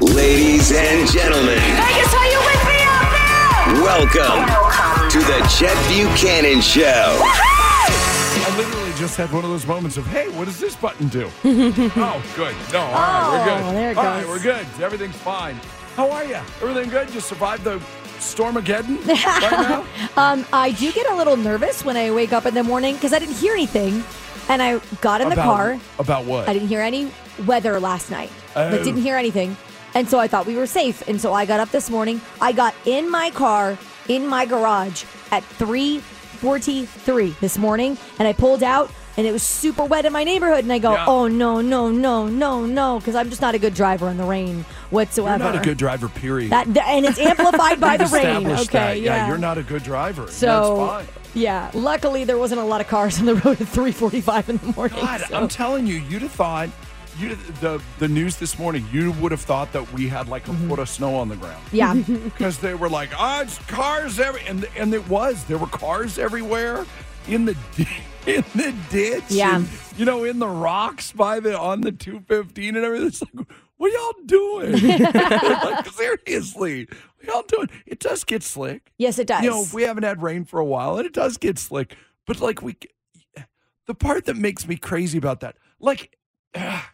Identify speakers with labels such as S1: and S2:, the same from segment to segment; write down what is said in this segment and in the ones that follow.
S1: Ladies and gentlemen,
S2: Vegas, are you with me out there?
S1: welcome to the Chet Buchanan Show.
S3: I literally just had one of those moments of, hey, what does this button do? oh, good. No, all right, we're
S2: Oh,
S3: good.
S2: there it
S3: All right,
S2: goes.
S3: we're good. Everything's fine. How are you? Everything good? You survived the Stormageddon right now?
S2: Um, I do get a little nervous when I wake up in the morning because I didn't hear anything, and I got in the
S3: About-
S2: car.
S3: About what?
S2: I didn't hear any weather last night,
S3: Oh.
S2: but didn't hear anything, and so I thought we were safe. And so I got up this morning. I got in my car in my garage at three forty-three this morning, and I pulled out. And it was super wet in my neighborhood, and I go,
S3: Yeah.
S2: "Oh no, no, no, no, no!" Because I'm just not a good driver in the rain whatsoever.
S3: You're not a good driver, period.
S2: That th- and it's amplified by the
S3: We've
S2: rain.
S3: established
S2: Okay,
S3: that.
S2: yeah.
S3: You're not a good driver.
S2: so
S3: That's fine.
S2: yeah. Luckily, there wasn't a lot of cars on the road at 3:45 in the morning.
S3: God,
S2: so-
S3: I'm telling you, you'd have thought, you the, the news this morning, you would have thought that we had like a foot of snow on the ground.
S2: Mm-hmm. yeah.
S3: because they were like, ah, it's cars every, and and it was there were cars everywhere in the di- in the ditch,
S2: Yeah.
S3: and, you know, in the rocks by the on the two fifteen and everything. It's like, what y'all doing? like, seriously, what y'all doing? It does get slick.
S2: yes, it does.
S3: You know, we haven't had rain for a while, and it does get slick. But like we, the part that makes me crazy about that, like. ah,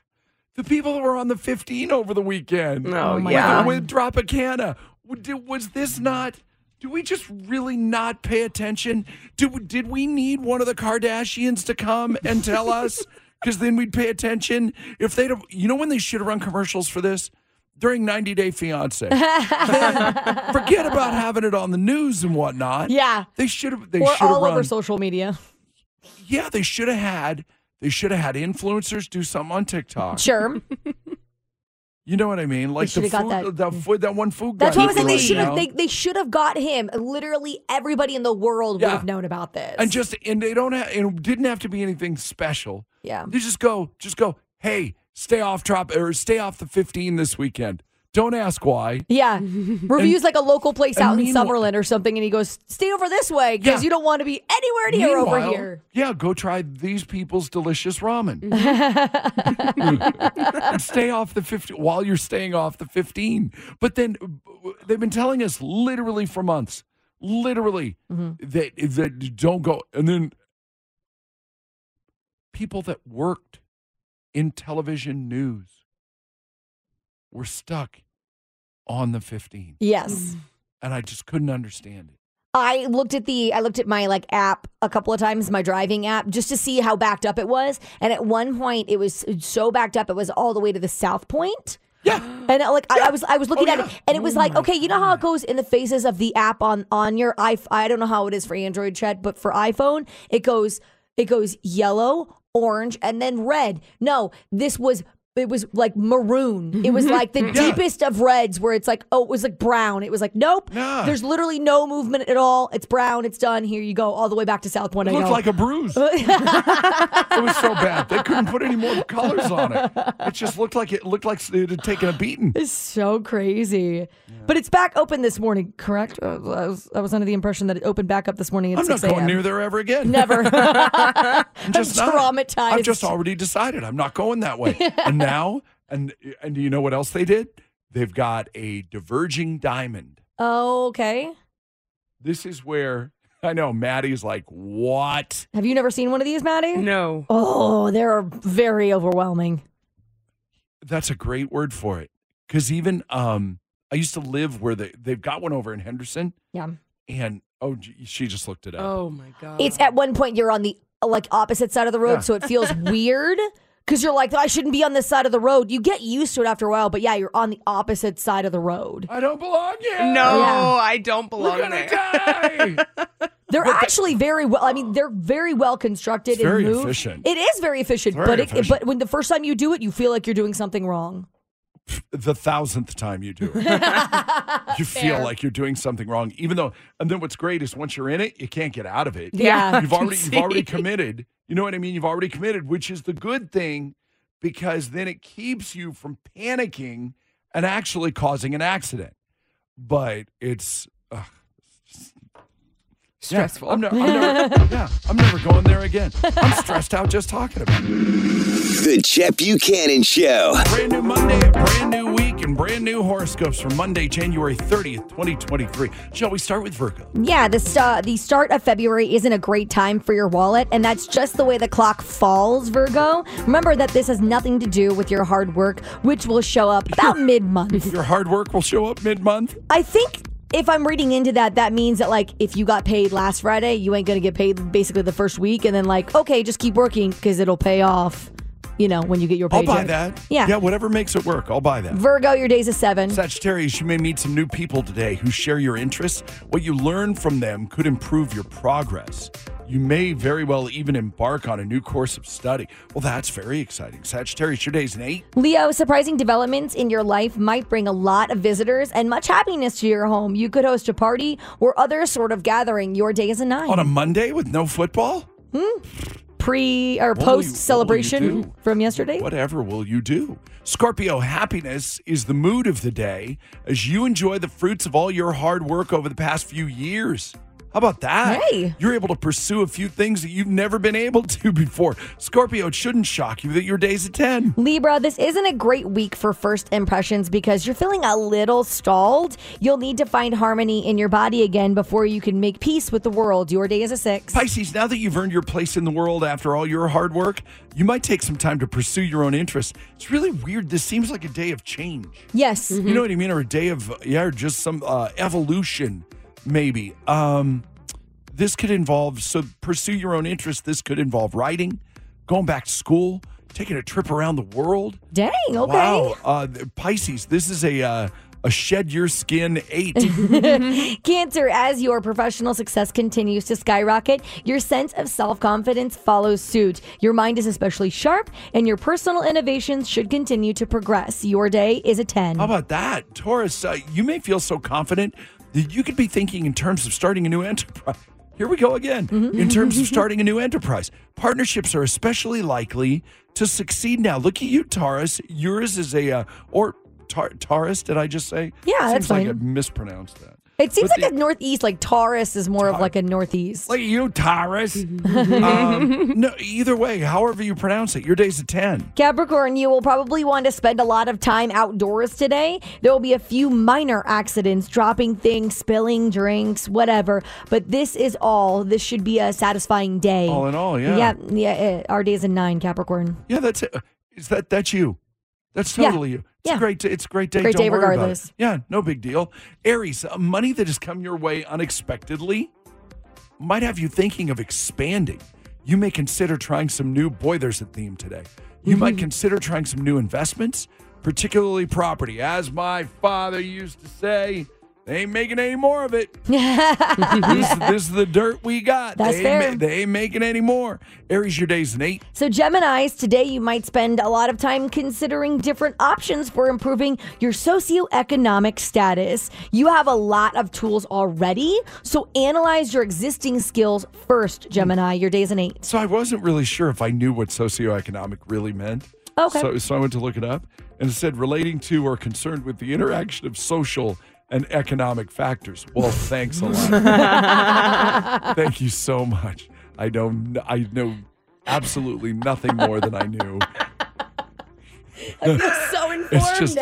S3: the people that were on the 15 over the weekend.
S4: Oh,
S2: my
S4: yeah.
S2: God.
S3: With Dropicana. W- did- Was this not? Do we just really not pay attention? Did, did we need one of the Kardashians to come and tell us? Because then we'd pay attention. If they don't, you know, when they should have run commercials for this during 90 Day Fiance. Then forget about having it on the news and whatnot.
S2: Yeah.
S3: They should have. They
S2: or
S3: should have
S2: all
S3: run.
S2: over social media.
S3: yeah, they should have had. They should have had influencers do something on TikTok.
S2: Sure.
S3: You know what I mean? Like the
S2: should've got
S3: food,
S2: that-
S3: the food, that one food.
S2: That's
S3: guy
S2: what I was
S3: that
S2: saying. They
S3: was,
S2: should
S3: you
S2: have.
S3: know?
S2: They, they should have got him. Literally, everybody in the world would
S3: Yeah.
S2: have known about this.
S3: and just and they don't have and it didn't have to be anything special.
S2: Yeah.
S3: They just go, just go. Hey, stay off drop or stay off the 15 this weekend. Don't ask why.
S2: yeah, reviews like a local place
S3: and
S2: out in
S3: meanwhile-
S2: Summerlin or something, and he goes, "Stay over this way because
S3: Yeah.
S2: you don't want to be anywhere near over
S3: Meanwhile,
S2: here." Mm-hmm.
S3: Yeah, go try these people's delicious ramen. and stay off the 15 while you're staying off the 15. But then uh, they've been telling us literally for months, literally, that, that don't go. And then people that worked in television news were stuck on the 15.
S2: Yes.
S3: And I just couldn't understand it.
S2: I looked at the I looked at my like app a couple of times, my driving app, just to see how backed up it was. And at one point, it was so backed up, it was all the way to the South Point.
S3: Yeah.
S2: And uh, like I, I was, I was looking
S3: Oh,
S2: at
S3: yeah. Mm.
S2: it, and it was like, okay, you know how it goes in the faces of the app on on your i I don't know how it is for Android chat, but for iPhone, it goes it goes yellow, orange, and then red. No, this was. It was like maroon. It was like the deepest of reds, where it's like, oh, it was like brown. It was like, nope.
S3: Yeah.
S2: There's literally no movement at all. It's brown. It's done. Here you go, all the way back to South Point.
S3: It
S2: I
S3: looked
S2: go.
S3: like a bruise. it was so bad. They couldn't put any more colors on it. It just looked like it looked like it had taken a beating.
S2: It's so crazy. But it's back open this morning, correct? Uh, I was, I was under the impression that it opened back up this morning at
S3: I'm
S2: 6
S3: not
S2: a.m.
S3: going near there ever again.
S2: Never.
S3: I'm just not.
S2: traumatized.
S3: I've just already decided I'm not going that way. And now, and and do you know what else they did? They've got a diverging diamond.
S2: oh, okay.
S3: This is where I know Maddie's like, what?
S2: Have you never seen one of these, Maddie?
S4: No.
S2: Oh, they're very overwhelming.
S3: That's a great word for it. Because even um, I used to live where they they've got one over in Henderson,
S2: Yeah.
S3: and oh, gee, she just looked it up.
S4: Oh my god.
S2: It's at one point you're on the like opposite side of the road,
S3: Yeah.
S2: so it feels weird because you're like, I shouldn't be on this side of the road. You get used to it after a while, but yeah, you're on the opposite side of the road.
S3: I don't belong here.
S4: no,
S2: Yeah.
S4: I don't
S3: we're
S4: belong
S3: gonna
S4: there.
S3: die.
S2: They're actually very well. I mean, they're very well constructed.
S3: It's very
S2: and moved.
S3: efficient.
S2: It is very efficient,
S3: Very
S2: but
S3: efficient.
S2: It, but when the first time you do it, you feel like you're doing something wrong.
S3: the thousandth time you do it, you feel like you're doing something wrong. Even though, and then what's great is once you're in it, you can't get out of it.
S2: Yeah.
S3: you've already you've already committed. You know what I mean? You've already committed, which is the good thing because then it keeps you from panicking and actually causing an accident. But it's ugh, yeah,
S4: Stressful.
S3: I'm, ne- I'm never, yeah, I'm never going there again. I'm stressed out just talking about it.
S1: The Chet Buchanan Show.
S3: Brand new Monday, brand new week, and brand new horoscopes for Monday, January 30th, 2023. Shall we start with Virgo?
S2: Yeah, the sta the start of February isn't a great time for your wallet, and that's just the way the clock falls, Virgo. Remember that this has nothing to do with your hard work, which will show up about mid month.
S3: Your hard work will show up mid month.
S2: I think if I'm reading into that, that means that like if you got paid last Friday, you ain't gonna get paid basically the first week, and then like okay, just keep working because it'll pay off. You know when you get your
S3: I'll
S2: paycheck.
S3: buy that.
S2: Yeah.
S3: Yeah, whatever makes it work, I'll buy that.
S2: Virgo, your day's a seven.
S3: Sagittarius, you may meet some new people today who share your interests. What you learn from them could improve your progress. You may very well even embark on a new course of study. Well, that's very exciting. Sagittarius, your day's an eight.
S2: Leo, surprising developments in your life might bring a lot of visitors and much happiness to your home. You could host a party or other sort of gathering. Your day is a nine. Hmm?
S3: On a Monday with no football?
S2: Pre or
S3: What will you- what will you
S2: post celebration
S3: do?
S2: from yesterday.
S3: Whatever will you do? Scorpio, happiness is the mood of the day as you enjoy the fruits of all your hard work over the past few years. How about that?
S2: Hey.
S3: You're able to pursue a few things that you've never been able to before. Scorpio, it shouldn't shock you that your day's a 10.
S2: Libra, this isn't a great week for first impressions because you're feeling a little stalled. You'll need to find harmony in your body again before you can make peace with the world. Your day is a six.
S3: Pisces, now that you've earned your place in the world after all your hard work, you might take some time to pursue your own interests. It's really weird. This seems like a day of change.
S2: Yes. Mm-hmm.
S3: You know what I mean? Or a day of yeah, or just some uh, evolution, maybe. Um, this could involve so pursue your own interests. This could involve writing, going back to school, taking a trip around the world.
S2: Dang. Okay.
S3: Wow, uh, th- Pisces, this is a uh, a shed your skin eight.
S2: Cancer, as your professional success continues to skyrocket, your sense of self confidence follows suit. Your mind is especially sharp, and your personal innovations should continue to progress. Your day is a 10.
S3: How about that, Taurus? Uh, you may feel so confident that you could be thinking in terms of starting a new enterprise. Here we go again.
S2: Mm-hmm,
S3: In terms of starting a new enterprise, partnerships are especially likely to succeed. Now, look at you, Taurus. Yours is a uh, or tar- Taurus. Did I just say?
S2: Yeah,
S3: Seems
S2: that's
S3: like
S2: fine.
S3: I mispronounced that.
S2: it seems
S3: but
S2: like
S3: the-
S2: a Northeast, like Taurus is more of like a Northeast.
S3: Look at you, Taurus.
S2: Mm-hmm.
S3: um, no, either way, however you pronounce it, your day's a ten.
S2: Capricorn, you will probably want to spend a lot of time outdoors today. There will be a few minor accidents, dropping things, spilling drinks, whatever. But this is all. This should be a satisfying day.
S3: All in all, yeah.
S2: Yeah, yeah. eh, our day is a nine, Capricorn.
S3: Yeah, that's it. Is that that's you? That's
S2: Yeah.
S3: totally you. It's
S2: Yeah.
S3: a great. Day. It's a great day.
S2: Great
S3: Don't
S2: day
S3: worry about it.
S2: regardless.
S3: Yeah, no big deal. Aries, uh, money that has come your way unexpectedly might have you thinking of expanding. You may consider trying some new. Boy, there's a theme today. You might
S2: Mm-hmm.
S3: consider trying some new investments, particularly property. As my father used to say, they ain't making any more of it this, this is the dirt we got.
S2: That's
S3: they, ain't
S2: fair.
S3: they ain't making any more. Aries, your day's an eight.
S2: So, Geminis, today you might spend a lot of time considering different options for improving your socioeconomic status. You have a lot of tools already, so analyze your existing skills first, Gemini. Your day is an eight.
S3: So I wasn't really sure if I knew what socioeconomic really meant.
S2: Okay.
S3: So, so I went to look it up and it said relating to or concerned with the interaction of social and economic factors. Well, thanks a lot. Thank you so much. I don't kn- I know absolutely nothing more than I knew.
S2: So informed
S3: It's just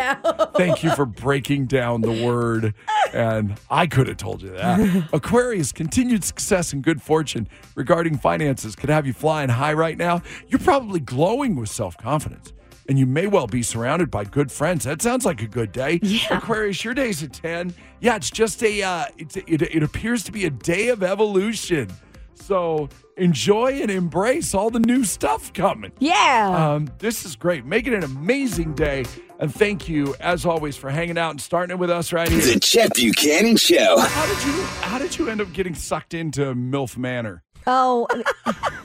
S3: thank you for breaking down the word And I could have told you that. Aquarius, continued success and good fortune regarding finances could have you flying high right now. You're probably glowing with self confidence, and you may well be surrounded by good friends. That sounds like a good day. Aquarius, your day's a 10. Yeah, it's just a, uh, it's a- it, it appears to be a day of evolution. So enjoy and embrace all the new stuff coming.
S2: Yeah.
S3: Um, this is great. Make it an amazing day. And thank you, as always, for hanging out and starting it with us right here.
S1: The Chet Buchanan Show.
S3: How did you how did you end up getting sucked into MILF Manor?
S2: Oh, I mean-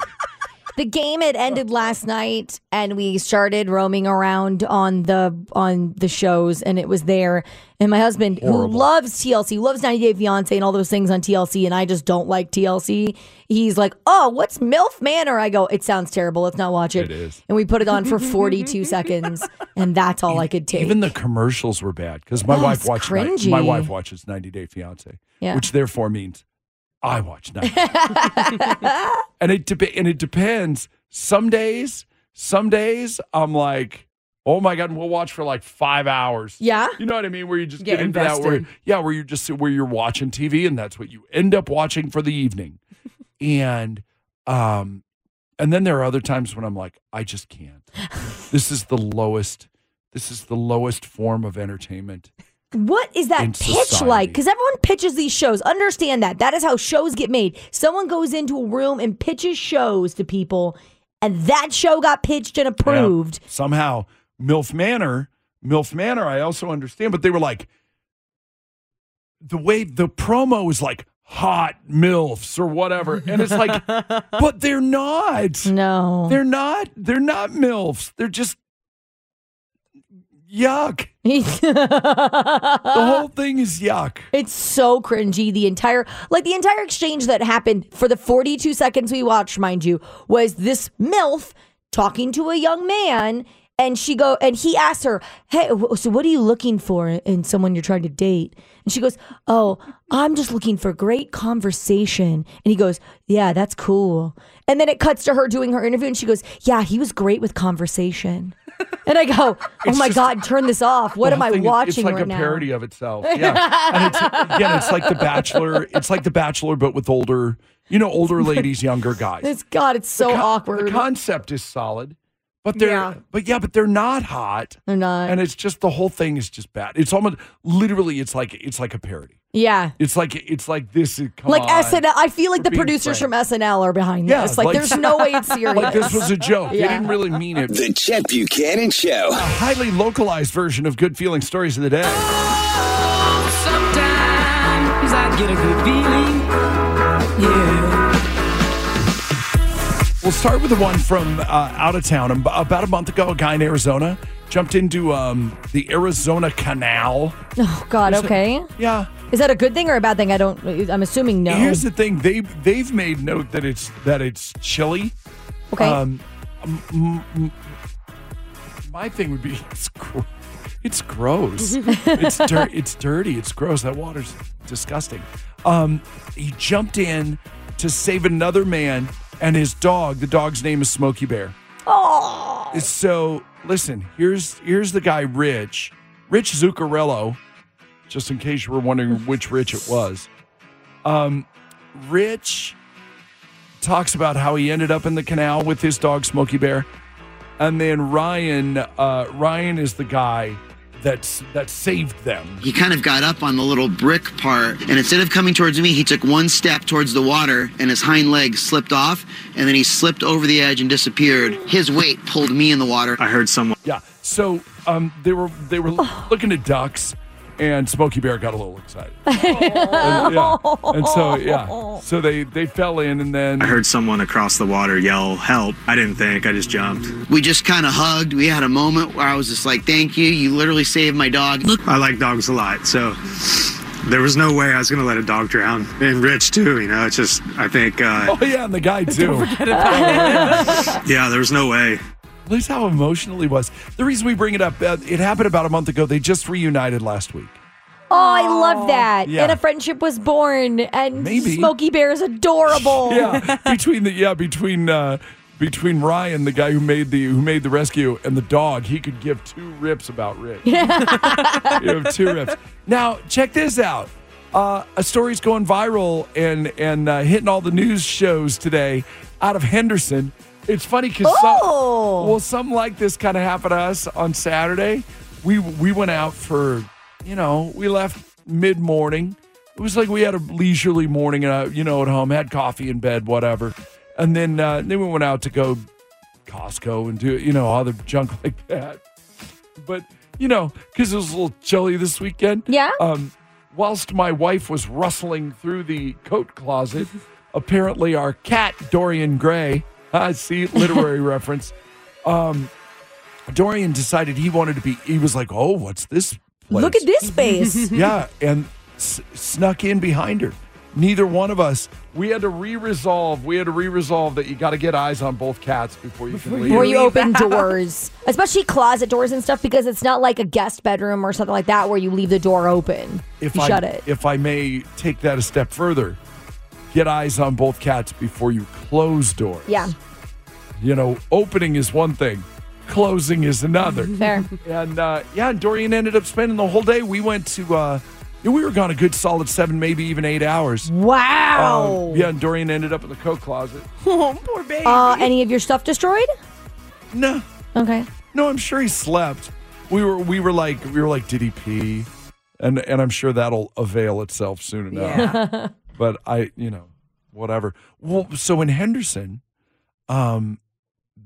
S2: the game had ended last night, and we started roaming around on the on the shows, and it was there. And my husband, who loves TLC, loves 90 Day Fiance and all those things on TLC, and I just don't like TLC. He's like, "Oh, what's MILF Manor?" I go, "It sounds terrible. Let's not watch it."
S3: It is.
S2: And we put it on for 42 seconds, and that's all I could take.
S3: Even the commercials were bad because my
S2: Oh,
S3: wife
S2: it's
S3: watched
S2: cringy.
S3: my wife watches 90 Day Fiance,
S2: Yeah.
S3: which therefore means I watch 90 Day. and it dep and it depends. Some days, some days I'm like, oh my god, and we'll watch for like five hours.
S2: yeah.
S3: You know what I mean? Where you just
S4: Get
S3: get, into that where
S4: invested.
S3: yeah, where you're just where you're watching TV and that's what you end up watching for the evening. and um and then there are other times when I'm like, I just can't. this is the lowest this is the lowest form of entertainment.
S2: What is
S3: in
S2: that pitch
S3: society.
S2: like? Because everyone pitches these shows. Understand that. That is how shows get made. Someone goes into a room and pitches shows to people, and that show got pitched and approved.
S3: Yeah. somehow MILF Manor, MILF Manor, I also understand, but they were like the way the promo is like hot MILFs or whatever. And it's like, but they're not.
S2: No.
S3: They're not. They're not milfs. They're just yuck. The whole thing is yuck.
S2: it's so cringy. The entire, like the entire exchange that happened for the 42 seconds we watched, mind you, was this MILF talking to a young man. And she go and he asks her, "Hey, wh- so what are you looking for in someone you're trying to date?" And she goes, "Oh, I'm just looking for great conversation." And he goes, "Yeah, that's cool." And then it cuts to her doing her interview, and she goes, "Yeah, he was great with conversation." And I go, "Oh my god, turn this off! What
S3: The
S2: am
S3: whole
S2: I
S3: thing is-
S2: watching
S3: It's like
S2: right
S3: a
S2: now?"
S3: parody of itself. Yeah. and it's, again, it's like The Bachelor. It's like The Bachelor, but with older, you know, older ladies, younger guys.
S2: It's God, it's so
S3: The con-
S2: awkward.
S3: The concept is solid, but they're
S4: Yeah.
S3: but yeah, but they're not hot.
S2: They're not.
S3: And it's just the whole thing is just bad. It's almost literally. It's like it's like a parody.
S2: yeah.
S3: It's like it's like this. Is, come
S2: Like
S3: on.
S2: SNL, I feel like
S3: We're
S2: the
S3: being
S2: producers
S3: frank.
S2: from SNL are behind
S3: Yeah,
S2: this. Like,
S3: like-
S2: there's no way it's serious.
S3: Like this was a joke. They
S2: Yeah.
S3: didn't really mean it.
S1: The Chet Buchanan Show.
S3: a highly localized version of Good Feeling Stories of the Day.
S5: Sometimes I get a good feeling. Yeah.
S3: We'll start with the one from uh, out of town. Ab- About a month ago, a guy in Arizona jumped into um, the Arizona Canal.
S2: oh God, okay.
S3: Yeah.
S2: Is that a good thing or a bad thing? I don't. I'm assuming no.
S3: Here's the thing they they've made note that it's that it's chilly.
S2: okay.
S3: Um, m- m- m- my thing would be it's gr- it's gross. it's dir- it's dirty. It's gross. That water's disgusting. Um, he jumped in to save another man and his dog. The dog's name is Smokey Bear.
S2: oh,
S3: So listen, here's here's the guy Rich, Rich Zuccarello, just in case you were wondering which Rich it was. Um, Rich talks about how he ended up in the canal with his dog Smokey Bear, and then Ryan uh, Ryan is the guy that's that saved them.
S6: He kind of got up on the little brick part, and instead of coming towards me, he took one step towards the water, and his hind leg slipped off, and then he slipped over the edge and disappeared. His weight pulled me in the water.
S7: I heard someone
S3: Yeah. So um, they were they were looking at ducks, and Smokey Bear got a little excited. and, yeah. and so yeah, so they they fell in, and then
S7: I heard someone across the water yell, "Help!" I didn't think. I just jumped.
S6: We just kind of hugged. We had a moment where I was just like, "Thank you, you literally saved my dog." Look,
S7: I like dogs a lot, so there was no way I was gonna let a dog drown. And Rich too, you know. It's just I think, uh,
S3: Oh yeah, and the guy too.
S7: yeah, there was no way.
S3: At least how emotional he was. The reason we bring it up, uh, it happened about a month ago. They just reunited last week.
S2: oh, I love that.
S3: Yeah.
S2: And a friendship was born. And
S3: Maybe.
S2: Smokey Bear is adorable.
S3: Yeah, between the yeah between uh, between Ryan, the guy who made the who made the rescue, and the dog, he could give two rips about Rick. You have two rips. Now check this out. Uh, a story's going viral and and uh, hitting all the news shows today out of Henderson. It's funny because some
S2: Oh.
S3: well, something like this kind of happened to us on Saturday. We we went out for you know we left mid morning. It was like we had a leisurely morning, uh, you know, at home, had coffee in bed, whatever, and then uh, then we went out to go Costco and do you know other junk like that. But you know, because it was a little chilly this weekend.
S2: Yeah.
S3: Um, whilst my wife was rustling through the coat closet, apparently our cat Dorian Gray. I see literary reference. Um, Dorian decided he wanted to be. He was like, "Oh, what's this place?
S2: Look at this space.
S3: yeah, and s- snuck in behind her. Neither one of us. We had to re-resolve. We had to re-resolve that you got to get eyes on both cats before you can leave.
S2: Where you open doors, especially closet doors and stuff, because it's not like a guest bedroom or something like that where you leave the door open.
S3: if
S2: you
S3: I
S2: shut it.
S3: if I may take that a step further, get eyes on both cats before you close doors.
S2: yeah,
S3: You know, opening is one thing, closing is another.
S2: fair.
S3: and uh, yeah, and Dorian ended up spending the whole day. We went to uh, we were gone a good solid seven, maybe even eight hours.
S2: wow.
S3: Um, yeah, and Dorian ended up in the coat closet.
S4: Oh, poor baby.
S2: Uh, any of your stuff destroyed?
S3: No,
S2: Okay.
S3: no, I'm sure he slept. We were we were like we were like, did he pee? And and I'm sure that'll avail itself soon enough.
S4: yeah.
S3: but I, you know, whatever. Well, so in Henderson, um,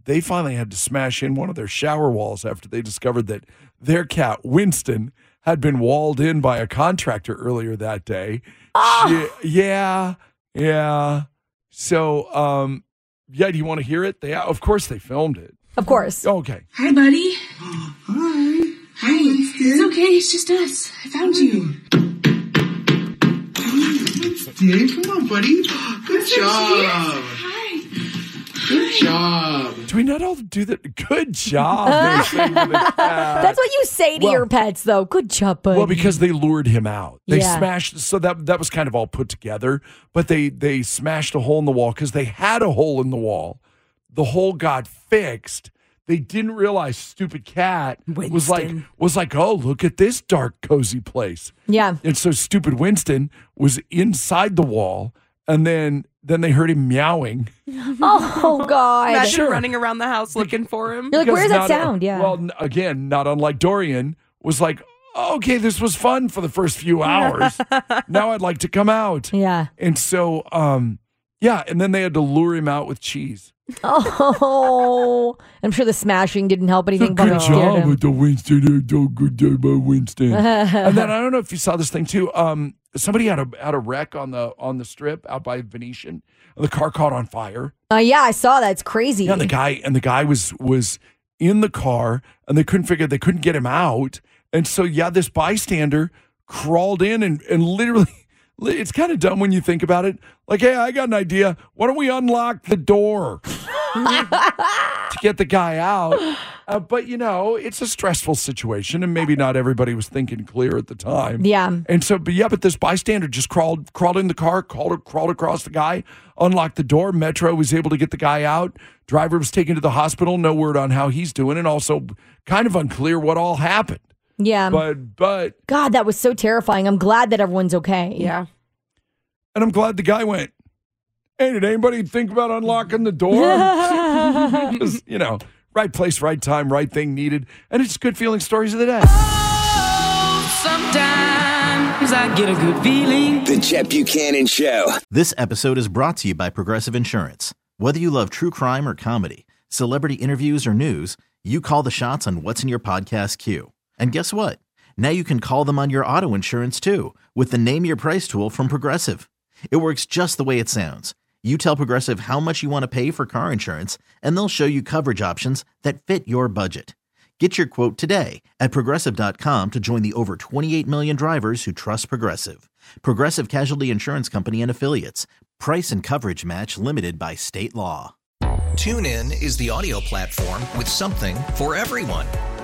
S3: they finally had to smash in one of their shower walls after they discovered that their cat Winston had been walled in by a contractor earlier that day.
S2: Ah!
S3: She- yeah, yeah. So, um, yeah. Do you want to hear it? They, of course, they filmed it.
S2: Of course.
S3: Okay.
S8: Hi, buddy. hi. Hi. It's okay. It's just us. I found you.
S6: Dude, come on, buddy. Good job.
S8: Hi.
S6: Good job.
S3: Do we not all do that? Good job. They're saying to the cat.
S2: Uh, That's what you say to
S3: well-
S2: your pets, though. Good job, buddy.
S3: Well, because they lured him out. They
S2: Yeah.
S3: smashed so that that was kind of all put together, but they they smashed a hole in the wall cuz they had a hole in the wall. The hole got fixed. They didn't realize stupid cat was like
S4: Winston.
S3: was like, "Oh, look at this dark cozy place."
S2: yeah.
S3: And so stupid Winston was inside the wall and then then they heard him meowing.
S2: Oh God.
S4: Imagine running around the house looking for him.
S2: You're like, where's that
S3: Because not-
S2: sound? Yeah.
S3: Well, n- again, not unlike Dorian, was like, okay, this was fun for the first few hours. now I'd like to come out.
S2: yeah.
S3: And so, um, yeah, and then they had to lure him out with cheese.
S2: Oh. I'm sure the smashing didn't help anything. but it scared him.
S3: the Winston. Oh, good job, uh, Winston. and then I don't know if you saw this thing too. Um, somebody had a had a wreck on the on the strip out by Venetian. And the car caught on fire.
S2: Uh, yeah, I saw that. It's crazy.
S3: Yeah, and the guy and the guy was was in the car, and they couldn't figure they couldn't get him out, and so yeah, this bystander crawled in and and literally, li- it's kind of dumb when you think about it. Like, hey, I got an idea. Why don't we unlock the door to get the guy out? Uh, but you know, it's a stressful situation, and maybe not everybody was thinking clear at the time.
S2: Yeah.
S3: And so, but yeah, but this bystander just crawled, crawled in the car, crawled, crawled across the guy, unlocked the door. Metro was able to get the guy out. Driver was taken to the hospital. No word on how he's doing, and also kind of unclear what all happened.
S2: Yeah.
S3: But, but,
S2: God, that was so terrifying. I'm glad that everyone's okay.
S4: yeah.
S3: and I'm glad the guy went. Hey, did anybody think about unlocking the door? 'Cause, you know, right place, right time, right thing needed, and it's good feeling stories of the day.
S5: Sometimes I get a good feeling.
S1: The Chet Buchanan Show.
S9: This episode is brought to you by Progressive Insurance. Whether you love true crime or comedy, celebrity interviews or news, you call the shots on what's in your podcast queue. And guess what? Now you can call them on your auto insurance too with the Name Your Price tool from Progressive. It works just the way it sounds. You tell Progressive how much you want to pay for car insurance, and they'll show you coverage options that fit your budget. Get your quote today at progressive.com to join the over 28 million drivers who trust Progressive. Progressive Casualty Insurance Company and Affiliates. Price and coverage match limited by state law.
S10: TuneIn is the audio platform with something for everyone.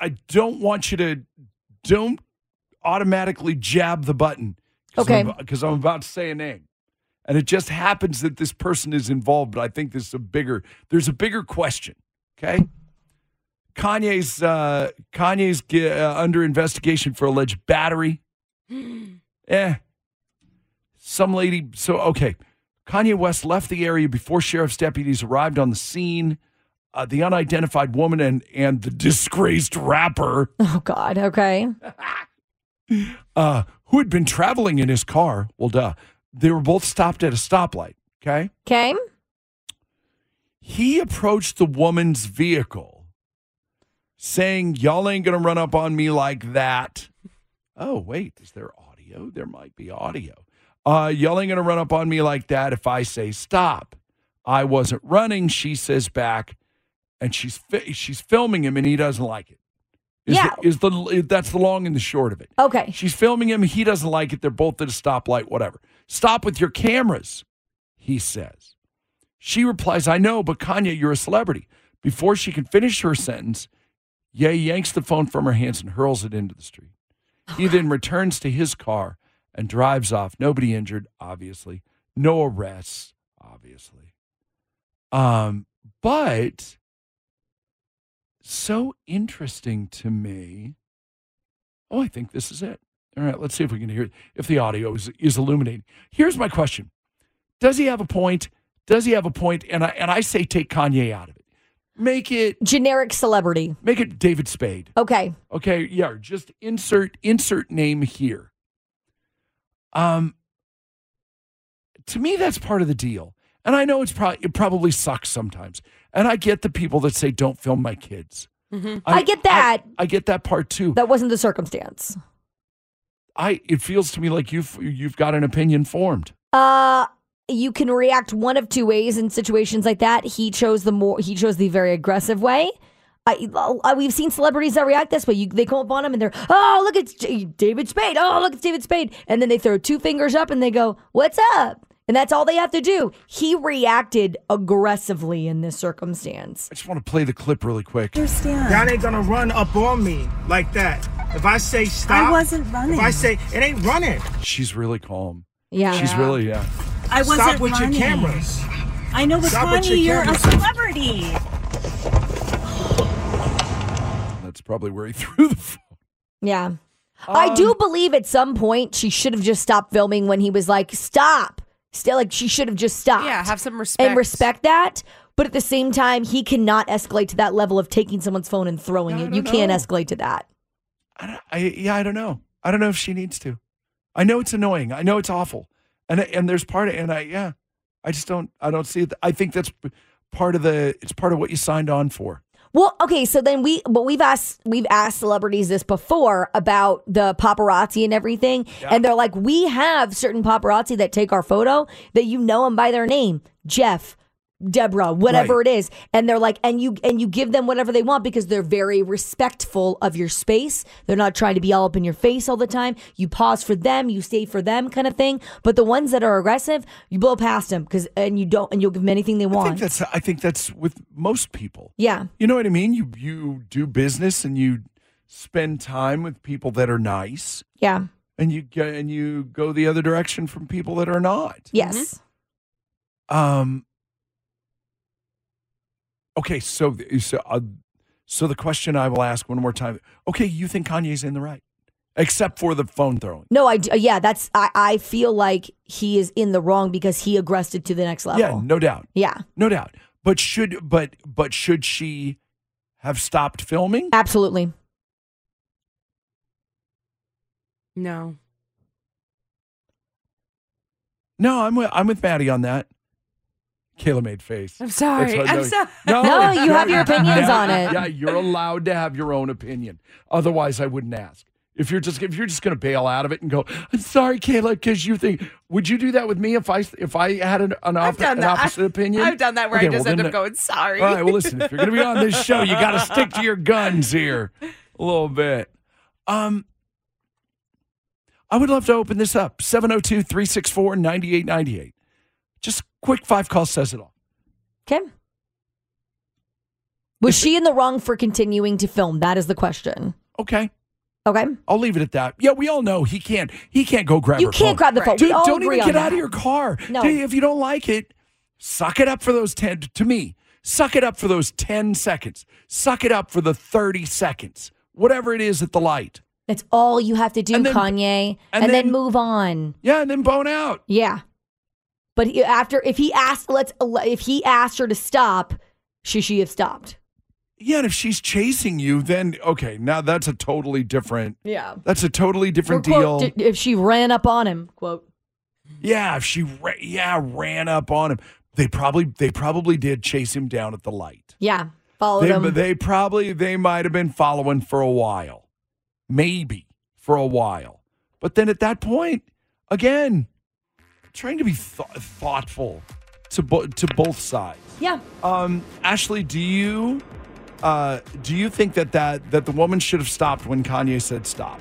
S3: I don't want you to don't automatically jab the button.
S2: Okay.
S3: Because I'm, about to say a name, and it just happens that this person is involved. But I think this is a bigger. There's a bigger question. Okay. Kanye's uh, Kanye's ge- uh, under investigation for alleged battery. eh. Some lady. So okay, Kanye West left the area before sheriff's deputies arrived on the scene. Uh, the unidentified woman and and the disgraced rapper
S2: Oh God. Okay.
S3: uh, who had been traveling in his car. Well, duh. They were both stopped at a stoplight. Okay.
S2: Okay.
S3: He approached the woman's vehicle saying, Y'all ain't going to run up on me like that. Oh, wait. Is there audio? There might be audio. Uh, y'all ain't going to run up on me like that if I say stop. I wasn't running. She says back, and she's fi- she's filming him, and he doesn't like it. Is
S2: Yeah.
S3: The, is the that's the long and the short of it.
S2: Okay.
S3: She's filming him. He doesn't like it. They're both at a stoplight, whatever. Stop with your cameras, he says. She replies, I know, but Kanye, you're a celebrity. Before she can finish her sentence, Ye yanks the phone from her hands and hurls it into the street. He then returns to his car and drives off. Nobody injured, obviously. No arrests, obviously. Um, but so interesting to me. Oh, I think this is it. All right, let's see if we can hear if the audio is is illuminating. Here's my question: Does he have a point? Does he have a point? And I and I say take Kanye out of it. Make it
S2: generic celebrity.
S3: Make it David Spade.
S2: Okay.
S3: Okay, yeah, or just insert insert name here. Um to me that's part of the deal. And I know it's probably it probably sucks sometimes. And I get the people that say don't film my kids.
S2: Mm-hmm. I, get that.
S3: I, get that part too.
S2: that wasn't the circumstance.
S3: I it feels to me like you've you've got an opinion formed.
S2: Uh you can react one of two ways in situations like that. He chose the more he chose the very aggressive way. I, I we've seen celebrities that react this way. You, they come up on him and they're, oh look it's J- David Spade. Oh look it's David Spade, and then they throw two fingers up and they go, what's up? And that's all they have to do. He reacted aggressively in this circumstance.
S3: I just want to play the clip really quick.
S11: Y'all ain't gonna run up on me like that. If I say stop,
S12: I wasn't running.
S11: If I say it ain't running.
S3: She's really calm.
S12: Yeah.
S3: She's
S12: Yeah.
S3: really yeah.
S12: I wasn't
S11: Stop with
S12: running.
S11: your cameras.
S12: I know, but
S11: Stop with
S12: Kanye,
S11: your
S12: you're a
S11: cameras.
S12: celebrity.
S3: That's probably where he threw the phone.
S2: Yeah. I
S4: Um,
S2: do believe at some point she should have just stopped filming when he was like, stop. Still, like, she should have just stopped.
S4: Yeah, have some
S2: And
S4: respect.
S2: respect that. But at the same time, he cannot escalate to that level of taking someone's phone and throwing it. You can't
S3: know.
S2: escalate to that.
S3: I yeah, I don't know. I don't know if she needs to. I know it's annoying. I know it's awful. And and there's part of and I yeah, I just don't I don't see it. I think that's p- part of the it's part of what you signed on for.
S2: Well, okay, so then we but we've asked we've asked celebrities this before about the paparazzi and everything, and they're like, we have certain paparazzi that take our photo that you know them by their name, Jeff, Deborah, whatever
S13: Right.
S2: it is, and they're like, and you and you give them whatever they want because they're very respectful of your space. They're not trying to be all up in your face all the time. You pause for them, you stay for them, kind of thing. But the ones that are aggressive, you blow past them because and you don't and you'll give them anything they
S3: I
S2: want.
S3: think that's I think that's with most people.
S2: yeah.
S3: You know what I mean? You you do business and you spend time with people that are nice
S2: Yeah.
S3: and you go and you go the other direction from people that are not.
S2: Yes.
S3: Um. Okay, so th- so uh, so the question I will ask one more time. Okay, you think Kanye's in the right, except for the phone throwing.
S2: No, I do- yeah, that's I I feel like he is in the wrong because he aggressed to the next level.
S3: Yeah, no doubt,
S2: Yeah.
S3: no doubt. But should but but should she have stopped filming?
S2: Absolutely.
S4: No.
S3: No, I'm with, I'm with Maddie on that. Kayla made face.
S4: I'm sorry.
S3: It's hard-
S4: I'm
S3: no,
S4: sorry.
S3: No,
S2: No, you have your opinions
S3: yeah,
S2: on it.
S3: Yeah, you're allowed to have your own opinion. Otherwise, I wouldn't ask. If you're just if you're just going to bail out of it and go, I'm sorry, Kayla, because you think would you do that with me if I if I had an an,
S4: I've
S3: op-
S4: done
S3: an
S4: that.
S3: opposite
S4: I,
S3: opinion?
S4: I've done that where
S3: Okay,
S4: I just
S3: well,
S4: end
S3: then
S4: up
S3: the-
S4: going, sorry.
S3: All right, well, listen, if you're going to be on this show, you got to stick to your guns here a little bit. Um, I would love to open this up 702 364 9898. Just quick five call says it all.
S2: Okay. Was she in the wrong for continuing to film? That is the question.
S3: Okay.
S2: Okay.
S3: I'll leave it at that. Yeah, we all know he can't. He can't go grab.
S2: You
S3: her
S2: can't
S3: phone.
S2: grab the phone.
S3: Dude,
S2: We all
S3: don't
S2: agree
S3: even
S2: on
S3: get out
S2: that.
S3: of your car.
S2: No.
S3: Dude, if you don't like it, suck it up for those ten. To me, suck it up for those ten seconds. Suck it up for the thirty seconds. Whatever it is at the light.
S2: That's all you have to do,
S3: And then-
S2: Kanye,
S3: and
S2: and, then,
S3: then-
S2: move on.
S3: Yeah, and then bone out.
S2: Yeah. But he, after, if he asked, let's uh, if he asked her to stop, should she have stopped?
S3: Yeah, and if she's chasing you, then okay. Now that's a totally different.
S2: Yeah.
S3: That's a totally different
S2: Or
S3: deal.
S2: quote, d- if she ran up on him, quote.
S3: Yeah, if she ra- yeah ran up on him, they probably they probably did chase him down at the light.
S2: Yeah. Followed
S3: they,
S2: him.
S3: they probably they might have been following for a while, maybe for a while. But then at that point, again, trying to be th- thoughtful to bo- to both sides.
S2: yeah.
S3: Um, Ashley, do you uh, do you think that, that that the woman should have stopped when Kanye said stop?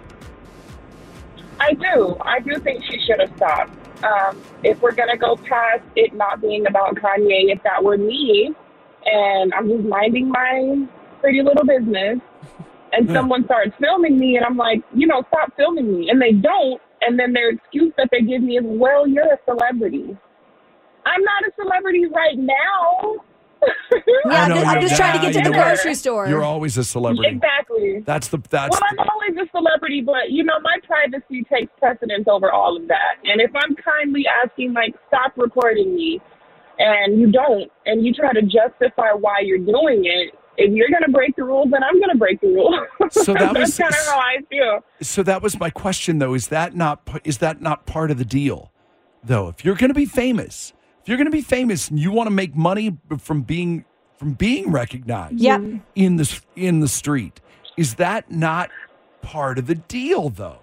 S12: I do. I do think she should have stopped. Um, if we're going to go past it not being about Kanye, if that were me and I'm just minding my pretty little business and
S3: Hmm.
S12: someone starts filming me and I'm like, you know, stop filming me. And they don't. And then their excuse that they give me is, well, you're a celebrity. I'm not a celebrity right now.
S3: I
S2: Yeah, I'm
S3: know
S2: just, I'm
S3: you're-
S2: just trying to get
S3: yeah,
S2: to the
S3: you're-
S2: grocery store.
S3: You're always a celebrity.
S12: Exactly.
S3: That's the that's
S12: well, I'm always a celebrity, but you know, my privacy takes precedence over all of that. And if I'm kindly asking, like, stop recording me, and you don't, and you try to justify why you're doing it, if you're going to break the rules, then I'm going to break the rules.
S3: So that was-
S12: That's kind of how I feel.
S3: So that was my question, though. Is that not p- is that not part of the deal, though? If you're going to be famous, if you're going to be famous, and you want to make money b- from being from being recognized,
S2: Yep.
S3: in the s- in the street, is that not part of the deal, though?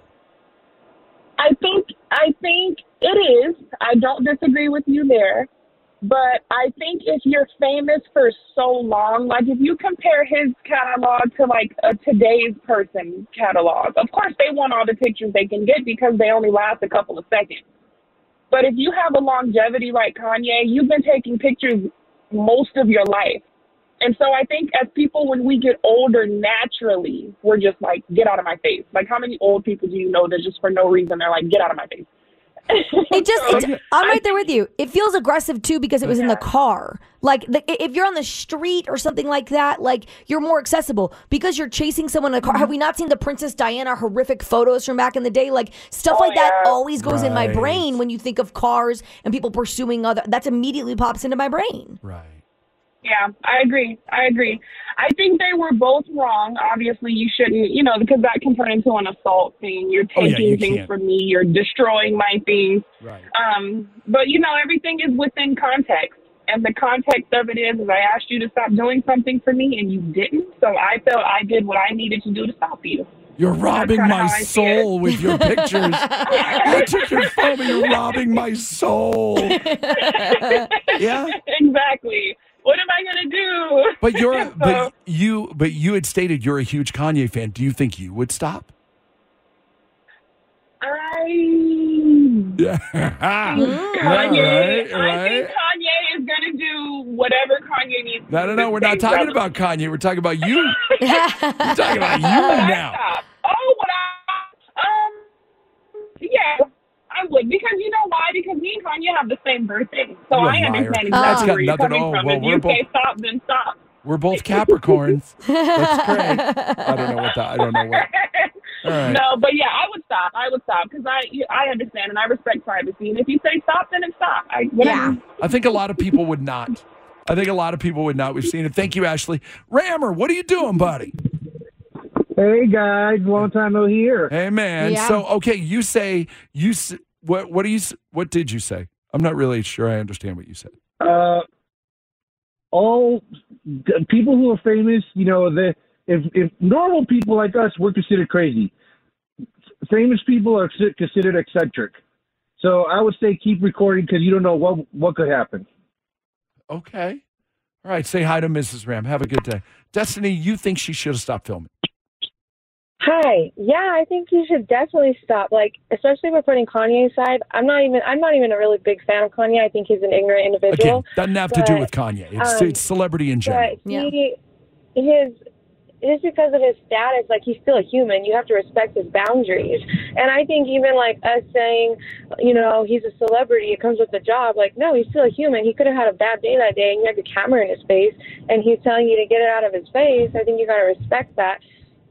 S12: I think I think it is. I don't disagree with you there. But I think if you're famous for so long, like if you compare his catalog to like a today's person catalog, of course they want all the pictures they can get because they only last a couple of seconds. But if you have a longevity like Kanye, you've been taking pictures most of your life. And so I think as people, when we get older naturally, we're just like, get out of my face. Like, how many old people do you know that just for no reason they're like, get out of my face?
S2: It just, it, I'm right there with you. It feels aggressive too because it was in the car. Like, the, i- if you're on the street or something like that, like you're more accessible because you're chasing someone in a car. Have we not seen the Princess Diana horrific photos from back in the day? Like, stuff like that always goes in my
S3: Right.
S2: brain when you think of cars and people pursuing other. That's immediately pops into my brain.
S12: Yeah, I agree. I agree. I think they were both wrong. Obviously, you shouldn't, you know, because that can turn into an assault thing. You're
S13: Oh, yeah,
S12: taking
S13: you
S12: things
S13: can't.
S12: from me, you're destroying my things.
S3: Right.
S12: Um, but, you know, everything is within context. And the context of it is, is I asked you to stop doing something for me and you didn't. So I felt I did what I needed to do to stop you.
S3: You're robbing
S12: kinda
S3: my
S12: how I see
S3: soul
S12: it.
S3: with your pictures. you took your phone, and you're robbing my soul. Yeah.
S12: Exactly. What am I going to do?
S3: But you're
S12: So-
S3: but you but you had stated you're a huge Kanye fan. Do you think you would stop?
S12: I
S3: Yeah.
S12: Kanye,
S3: Yeah,
S12: Mm. I think Kanye is gonna do whatever Kanye needs.
S3: No, no,
S12: to
S3: no.
S12: do
S3: We're
S12: to
S3: not
S12: stay
S3: talking
S12: relevant.
S3: about Kanye. We're talking about you.
S12: we're
S3: talking about you now.
S12: Oh, what I um, yeah, I would because you know why? Because me and Kanye have the same birthday,
S3: You're
S12: so
S3: a
S12: I
S3: liar.
S12: understand exactly
S3: That's got
S12: where you're
S3: nothing-
S12: coming
S3: oh,
S12: from.
S3: well,
S12: if
S3: we're
S12: you
S3: both-
S12: say stop, then stop.
S3: We're both Capricorns. That's great. I don't know what that. I don't know what. All right.
S12: No, but yeah, I would stop. I would stop because I I understand and I respect privacy. And if you say stop, then it's stop. I, whatever.
S3: I think a lot of people would not. I think a lot of people would not. We've seen it. Thank you, Ashley. Rammer, what are you doing, buddy?
S13: Hey guys, long time no hear.
S3: Hey man.
S13: Yeah.
S3: So okay, you say you s- what? What do you? s- What did you say? I'm not really sure. I understand what you said.
S13: Uh, all the people who are famous, you know, the if if normal people like us, we're considered crazy. Famous people are consi- considered eccentric. So I would say keep recording because you don't know what what could happen.
S3: Okay. All right. Say hi to Mrs. Ram. Have a good day. Destiny, you think she should have stopped filming?
S14: Hi. Yeah, I think you should definitely stop. Like, especially we're putting Kanye aside. I'm not even. I'm not even a really big fan of Kanye. I think he's an ignorant individual.
S3: Again, doesn't have to do
S14: But,
S3: with Kanye. It's,
S14: um,
S3: it's celebrity in general.
S14: But he, his, just because of his status, like he's still a human. You have to respect his boundaries. And I think even like us saying, you know, he's a celebrity, it comes with the job. Like, no, he's still a human. He could have had a bad day that day, and you had the camera in his face, and he's telling you to get it out of his face. I think you gotta respect that.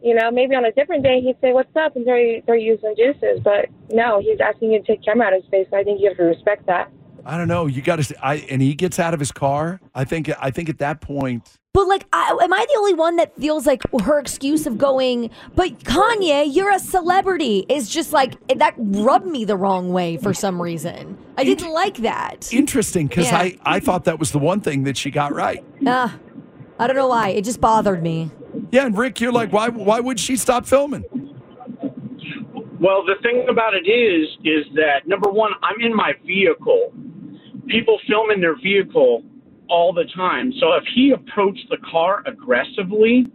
S14: You know, maybe on a different day he'd say, "What's up?" and throw you, throw you some juices. But no, he's asking you to take camera out of his face. I think you have to respect that.
S3: I don't know. You got to. I and he gets out of his car. I think. I think at that point.
S2: But like, I, am I the only one that feels like her excuse of going? But Kanye, you're a celebrity. Is just like that rubbed me the wrong way for some reason. I didn't like that.
S3: Interesting, because
S2: Yeah.
S3: I I thought that was the one thing that she got right.
S2: Uh, I don't know why. It just bothered me.
S3: Yeah, and Rick, you're like, why why would she stop filming?
S15: Well, the thing about it is, is that number one, I'm in my vehicle. People film in their vehicle all the time. So if he approached the car aggressively,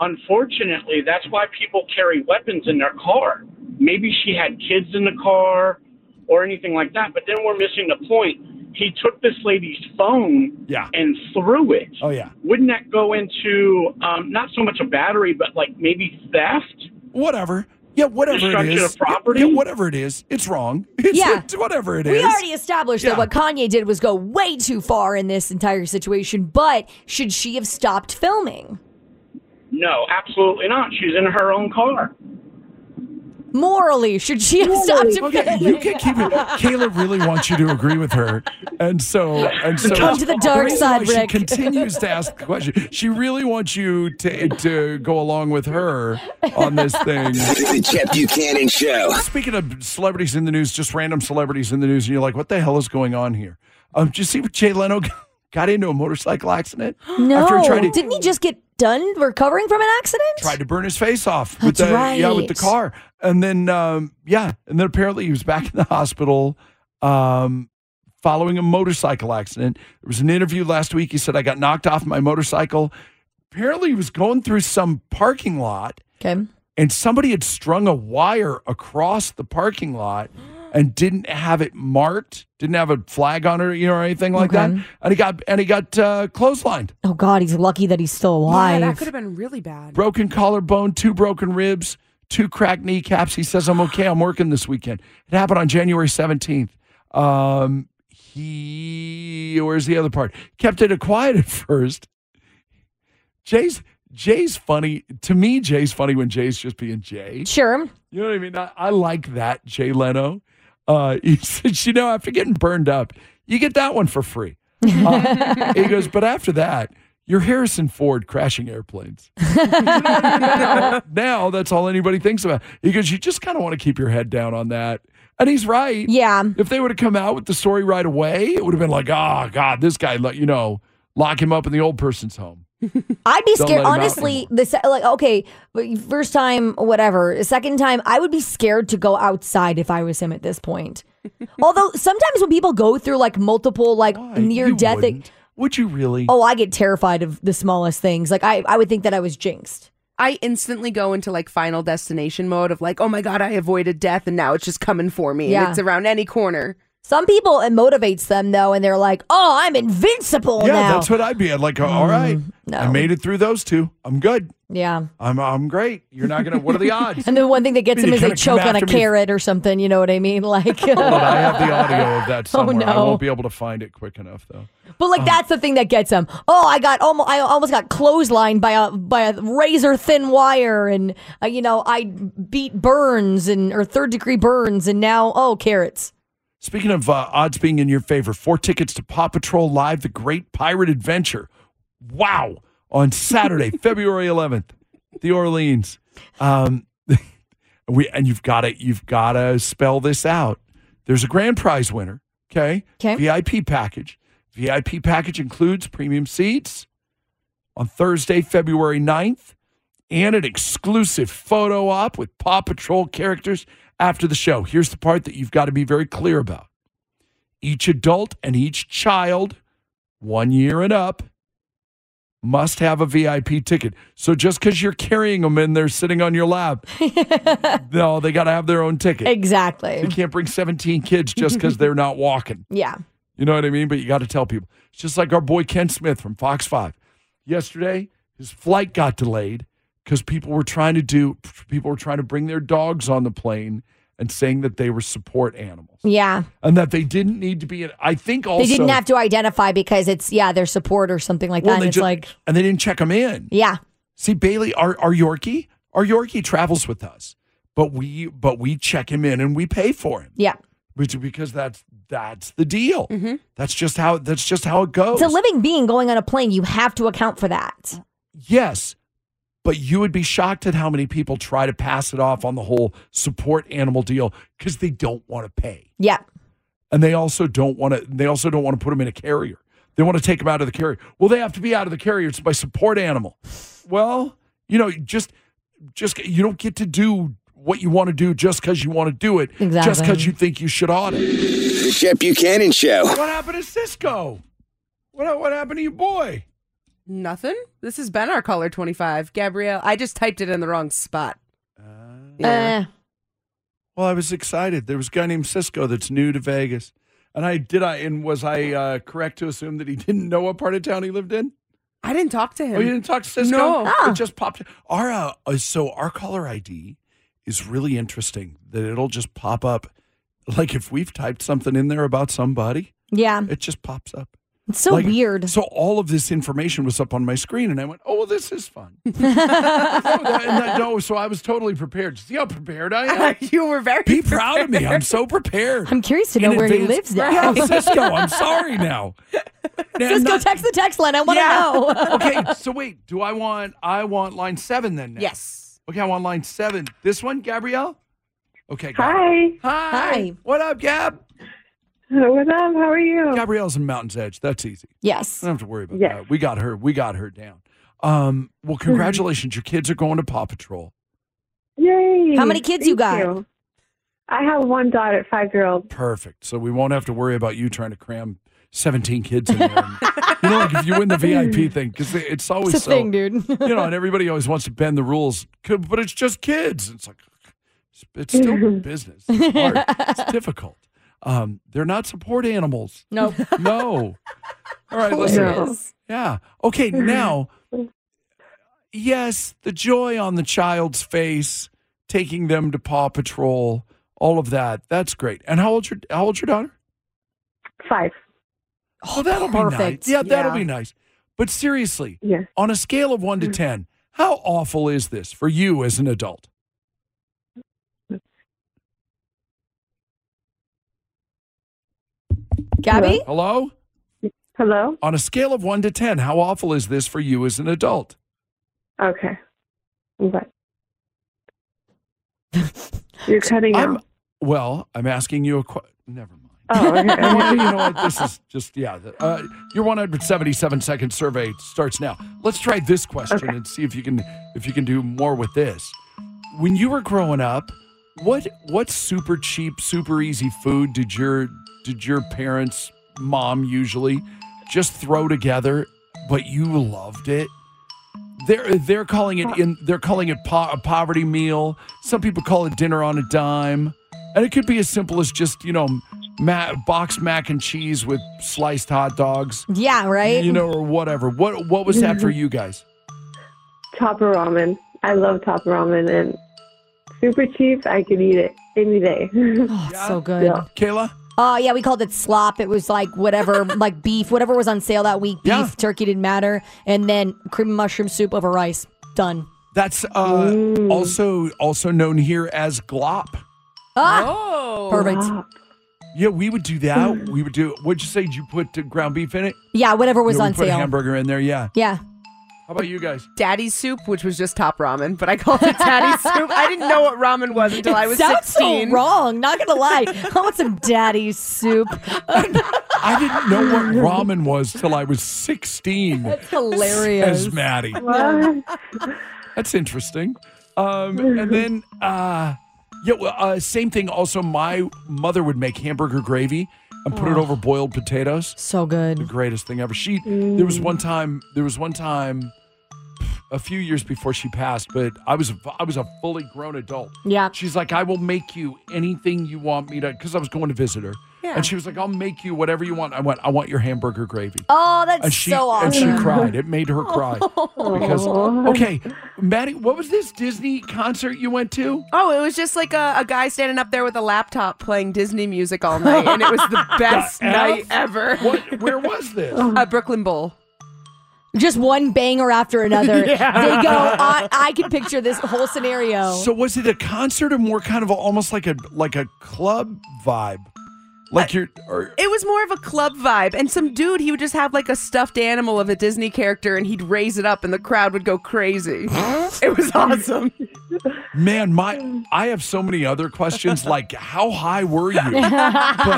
S15: unfortunately, that's why people carry weapons in their car. Maybe she had kids in the car or anything like that. But then we're missing the point. He took this lady's phone
S3: Yeah.
S15: and threw it.
S3: Oh yeah.
S15: Wouldn't that go into um, not so much a battery, but like maybe theft?
S3: Whatever. Yeah, whatever it
S15: Destruction
S3: is.
S15: of property?
S3: Yeah, whatever it is, it's wrong. It's,
S2: Yeah.
S3: it's whatever it is.
S2: We already established
S3: Yeah.
S2: that what Kanye did was go way too far in this entire situation. But should she have stopped filming?
S15: No, absolutely not. She's in her own car.
S2: Morally, should she have stopped
S3: Okay,
S2: filming?
S3: you can keep it. Kayla really wants you to agree with her, and so and so.
S2: Come to the dark
S3: reason
S2: side,
S3: why
S2: Rick.
S3: She continues to ask the question. She really wants you to to go along with her on this thing.
S1: The Chet Buchanan Show.
S3: Speaking of celebrities in the news, just random celebrities in the news, and you're like, what the hell is going on here? Um, did you see what Jay Leno got into a motorcycle accident?
S2: No,
S3: after he tried to
S2: didn't he just get done recovering from an accident?
S3: tried to burn his face off with
S2: That's
S3: the yeah with the car
S2: right.
S3: and then um yeah and then apparently he was back in the hospital um following a motorcycle accident there was an interview last week he said i got knocked off my motorcycle apparently he was going through some parking lot
S2: okay
S3: and somebody had strung a wire across the parking lot and didn't have it marked didn't have a flag on it or, you know or anything like that
S2: Okay.
S3: and he got and he got uh, clotheslined
S2: Oh God, he's lucky that he's still
S4: Yeah,
S2: alive.
S4: that could have been really bad.
S3: broken collarbone, two broken ribs, two cracked kneecaps. He says, I'm okay. I'm working this weekend. It happened on January 17th. Um, he, where's the other part? Kept it quiet at first. Jay's, Jay's funny. To me, Jay's funny when Jay's just being Jay.
S2: Sure.
S3: You know what I mean? I, I like that, Jay Leno. Uh, he says, you know, after getting burned up, you get that one for free. Uh, he goes, but after that, you're Harrison Ford crashing airplanes. now that's all anybody thinks about. He goes, you just kind of want to keep your head down on that. And he's right.
S2: Yeah.
S3: If they would have come out with the story right away, it would have been like, oh, God, this guy, let- you know, lock him up in the old person's home.
S2: I'd be
S3: Don't let
S2: scared.
S3: him out
S2: Honestly, the se- like okay, but first time, whatever. Second time, I would be scared to go outside if I was him at this point. Although sometimes when people go through like multiple like near death,
S3: would you really?
S2: Oh, I get terrified of the smallest things. Like I, I would think that I was jinxed.
S4: I instantly go into like final destination mode of like, oh my god, I avoided death and now it's just coming for me.
S2: Yeah.
S4: And it's around any corner.
S2: Some people it motivates them though, and they're like, "Oh, I'm invincible
S3: yeah,
S2: now."
S3: that's what I'd be. I'd like, uh, all right,
S2: Mm,
S3: I made it through those two. I'm good.
S2: yeah.
S3: I'm I'm great. You're not gonna. What are the odds?
S2: And then one thing that gets
S3: I mean,
S2: him
S3: you
S2: is they
S3: kinda come
S2: choke on a
S3: after me.
S2: carrot or something. You know what I mean? Like,
S3: Hold on, I have the audio of that
S2: Oh,
S3: somewhere. I
S2: no.
S3: won't be able to find it quick enough though.
S2: But like
S3: Um,
S2: that's the thing that gets him. Oh, I got almost I almost got clotheslined by a by a razor thin wire, and uh, you know I beat burns and or third degree burns, and now oh carrots.
S3: Speaking of uh, odds being in your favor, four tickets to Paw Patrol Live, The Great Pirate Adventure. Wow. On Saturday, February 11th, the Orleans. Um, we and you've got to you've got to spell this out. There's a grand prize winner, okay?
S2: Okay.
S3: VIP package. VIP package includes premium seats on Thursday, February 9th, and an exclusive photo op with Paw Patrol characters after the show. Here's the part that you've got to be very clear about. Each adult and each child, one year and up, must have a VIP ticket. So just because you're carrying them in there sitting on your lap, no, they got to have their own ticket.
S2: Exactly.
S3: You can't bring 17 kids just because they're not walking.
S2: Yeah.
S3: You know what I mean? But you got to tell people. It's just like our boy Ken Smith from Fox 5. Yesterday, his flight got delayed because people were trying to do people were trying to bring their dogs on the plane and saying that they were support animals
S2: Yeah.
S3: and that they didn't need to be in, I think also
S2: they didn't have to identify because it's yeah, their support or something like
S3: Well,
S2: that.
S3: they
S2: And it's
S3: ju-
S2: like
S3: and they didn't check them in.
S2: yeah.
S3: See Bailey our our Yorkie, our Yorkie travels with us. But we but we check him in and we pay for him.
S2: Yeah.
S3: Which because that's that's the deal.
S2: Mm-hmm.
S3: That's just how that's just how it goes.
S2: It's a living being going on a plane. You have to account for that.
S3: Yes, but you would be shocked at how many people try to pass it off on the whole support animal deal because they don't want to pay,
S2: Yeah.
S3: and they also don't want to. They also don't want to put them in a carrier. They want to take them out of the carrier. Well, they have to be out of the carrier. It's my support animal. Well, you know, just just you don't get to do what you want to do just because you want to do it, just
S1: Exactly.
S3: because you think you should ought to.
S1: The Chet Buchanan Show.
S3: What happened to Cisco? What what happened to your boy?
S4: Nothing. This has been our caller 25. Gabrielle, I just typed it in the wrong spot.
S2: Eh.
S4: Yeah.
S3: Well, I was excited. There was a guy named Cisco that's new to Vegas, and I did I and was I uh, correct to assume that he didn't know what part of town he lived in?
S4: I didn't talk to him.
S3: Oh, you didn't talk to Cisco?
S4: No.
S2: Ah.
S3: It just popped. Our uh, uh, so our caller ID is really interesting. That it'll just pop up, like if we've typed something in there about somebody,
S2: Yeah.
S3: it just pops up.
S2: It's so
S3: Like,
S2: weird.
S3: So all of this information was up on my screen, and I went, "Oh well, this is fun." no, that- and that- no, so I was totally prepared. See how prepared I am?
S4: you were very
S3: Be proud of me. I'm so prepared.
S2: I'm curious to
S3: In
S2: know where he
S3: advance-
S2: lives now.
S3: Yeah, Cisco, I'm sorry now.
S2: Cisco, text the text line. I want to know.
S3: okay, so wait, do I want I want line seven then now?
S4: Yes.
S3: Okay, I want line seven. This one, Gabrielle? Okay, got
S14: Hi.
S3: it. Hi. What up, Gab?
S14: What's up? How are you?
S3: Gabrielle's in Mountain's Edge. That's easy.
S2: Yes.
S3: I don't have to worry about
S14: Yes.
S3: that. We got her. We got her down. Um, well,
S14: Mm-hmm.
S3: congratulations. Your kids are going to Paw Patrol.
S14: Yay.
S2: How many kids you got?
S14: I have one daughter, five year old.
S3: Perfect. So we won't have to worry about you trying to cram 17 kids in there. And, you know, like if you win the VIP thing, because it's always
S2: It's a
S3: so,
S2: thing, dude.
S3: you know, and everybody always wants to bend the rules, "Could- but it's just kids. It's like, it's- it's still business. It's hard. It's difficult. Um, they're not support animals.
S2: Nope.
S3: No. All right, listen.
S16: Hilarious.
S3: Yeah. Okay, now, yes, the joy on the child's face, taking them to Paw Patrol, all of that. That's great. And how old's your how old's your daughter?
S14: Five.
S3: Oh, that'll be
S14: perfect.
S3: nice. Yeah, that'll
S14: Yeah.
S3: be nice. But seriously,
S14: Yeah.
S3: on a scale of one to ten, how awful is this for you as an adult?
S2: Gabby?
S3: Hello?
S14: Hello?
S3: On a scale of one to ten, how awful is this for you as an adult?
S14: Okay. What? You're cutting
S3: I'm
S14: out.
S3: well. I'm asking you a question. Never mind.
S14: Oh, okay.
S3: Well, you know what? This is just yeah. the- Uh, your 177 second survey starts now. Let's try this question and see if you can if you can do more with this. When you were growing up, what what super cheap, super easy food did your did your parents, mom usually, just throw together, but you loved it? They're they're calling it in they're calling it po- a poverty meal. Some people call it dinner on a dime, and it could be as simple as just you know ma- box mac and cheese with sliced hot dogs,
S2: Yeah, right? Mm-hmm.
S3: you know, or whatever. What what was that for you guys?
S14: Topper ramen. I love topper ramen and super cheap. I could eat it any day. oh,
S2: so good. Yeah.
S3: Kayla.
S2: Oh, yeah, we called it slop. It was like whatever, like beef, whatever was on sale that week. Beef, turkey didn't matter. And then cream and mushroom soup over rice. Done.
S3: That's uh, also also known here as glop.
S4: Oh.
S2: Ah! Perfect. Hmm.
S3: Yeah, we would do that. We would do. What'd you say? Did you put uh, ground beef in it?
S2: Yeah, whatever was
S3: Yeah, we
S2: on
S3: put a
S2: sale.
S3: hamburger in there. Yeah.
S2: yeah.
S3: How about you guys?
S4: Daddy soup, which was just top ramen, but I called it daddy soup. I didn't know what ramen was until I was
S2: Sounds
S4: sixteen.
S2: so wrong. Not gonna lie. I want some daddy soup.
S3: I didn't know what ramen was till I was 16.
S2: That's hilarious.
S3: Says Maddie.
S2: What?
S3: That's interesting. Um, and then, uh, yeah, well, uh, same thing. Also, my mother would make hamburger gravy and put it
S2: Oh.
S3: over boiled potatoes.
S2: So good. Mm.
S3: The greatest thing ever. She there was one time. There was one time. A few years before she passed, but I was I was a fully grown adult.
S2: Yeah.
S3: She's like, I will make you anything you want me to, because I was going to visit her.
S2: Yeah.
S3: And she was like, I'll make you whatever you want. I went, I want your hamburger gravy
S2: Oh, that's
S3: and she,
S2: so
S3: And
S2: awesome.
S3: she cried. It made her cry. because okay, Maddie, what was this Disney concert you went to?
S4: Oh, it was just like a, a guy standing up there with a laptop playing Disney music all night, and it was the best
S3: The F?
S4: night ever.
S3: What, where was this?
S4: A Brooklyn Bowl.
S2: Just one banger after another.
S3: Yeah.
S2: They go. I, I can picture this whole scenario.
S3: So was it a concert or more kind of a, almost like a like a club vibe? Like you're or,
S4: It was more of a club vibe, and some dude he would just have like a stuffed animal of a Disney character, and he'd raise it up, and the crowd would go crazy. it was awesome.
S3: man, my I have so many other questions like how high were you? But,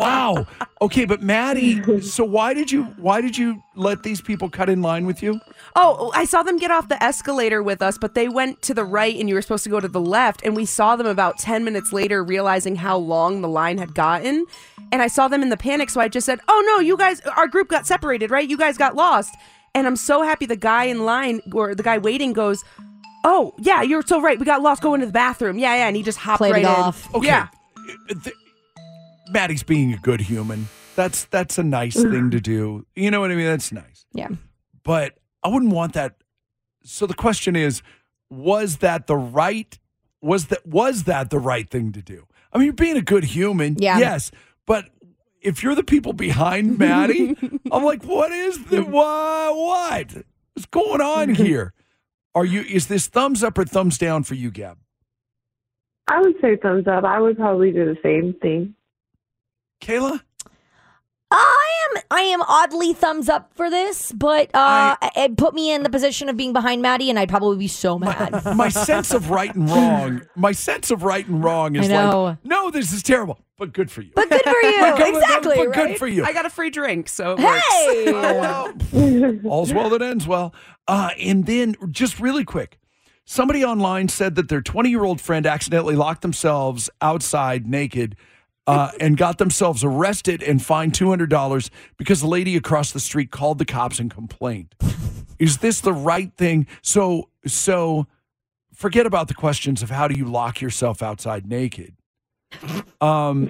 S3: wow. Okay, but Maddie, so why did you why did you let these people cut in line with you?
S4: Oh, I saw them get off the escalator with us, but they went to the right and you were supposed to go to the left. And we saw them about 10 minutes later, realizing how long the line had gotten. And I saw them in the panic. So I just said, Oh, no, you guys, our group got separated, right? You guys got lost. And I'm so happy the guy in line or the guy waiting goes, Oh, yeah, you're so right. We got lost going to the bathroom. Yeah, yeah. And he just hopped
S2: Played it
S4: right in.
S2: off.
S3: Okay.
S4: Yeah.
S3: Maddie's being a good human. That's that's a nice thing to do. You know what I mean? That's nice.
S2: Yeah.
S3: But I wouldn't want that. So the question is, was that the right was that was that the right thing to do? I mean, you're being a good human.
S2: Yeah.
S3: Yes. But if you're the people behind Maddie, I'm like, what is the why what? What's going on here? Are you is this thumbs up or thumbs down for you, Gab?
S17: I would say thumbs up. I would probably do the same thing.
S3: Kayla?
S2: I am I am oddly thumbs up for this, but uh, it put me in the position of being behind Maddie, and I'd probably be so mad.
S3: my sense of right and wrong, my sense of right and wrong is
S2: I know.
S3: like, no, this is terrible, but good for you.
S2: But good for you.
S3: But good-
S2: exactly.
S3: but good
S2: right?
S3: for you.
S4: I got a free drink, so it
S2: Hey!
S4: works. Oh,
S3: All's well that ends well. Uh, and then, just really quick, somebody online said that their 20 year old friend accidentally locked themselves outside naked. Uh, and got themselves arrested and fined two hundred dollars because a lady across the street called the cops and complained. Is this the right thing? So, so forget about the questions of how do you lock yourself outside naked um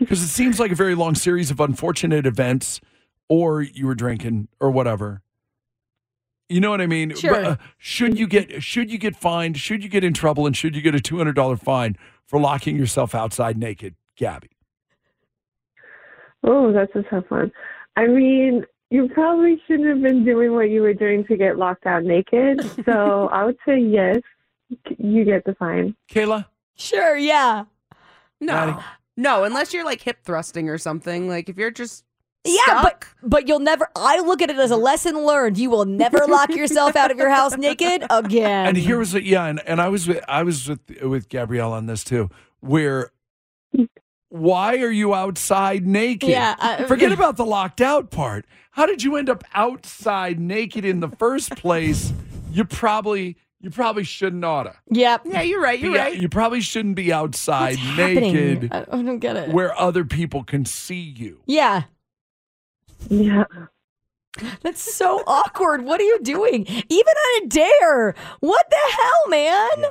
S3: because it seems like a very long series of unfortunate events or you were drinking or whatever you know what i mean uh,
S16: Sure.
S3: should you get should you get fined should you get in trouble and should you get a $200 fine for locking yourself outside naked gabby
S17: Oh, that's a tough one. I mean, you probably shouldn't have been doing what you were doing to get locked out naked. So I would say yes, you get the fine.
S3: Kayla?
S2: Sure, yeah.
S4: No. No, unless you're like hip thrusting or something. Like if you're just
S2: Yeah, but but you'll never. I look at it as a lesson learned. You will never lock yourself out of your house naked again.
S3: and here was a, yeah and, and i was with i was with with gabrielle on this too where why are you outside naked
S16: Yeah, I-
S3: forget about the locked out part how did you end up outside naked in the first place you probably you probably shouldn't oughta
S2: Yep.
S4: Yeah, you're right. You're
S3: Be-
S4: right.
S3: you probably shouldn't be outside
S2: happening? Uh,
S3: naked
S2: I, I don't get it.
S3: where other people can see you
S2: Yeah.
S17: Yeah.
S2: That's so awkward. What are you doing? Even on a dare. What the hell, man?
S3: I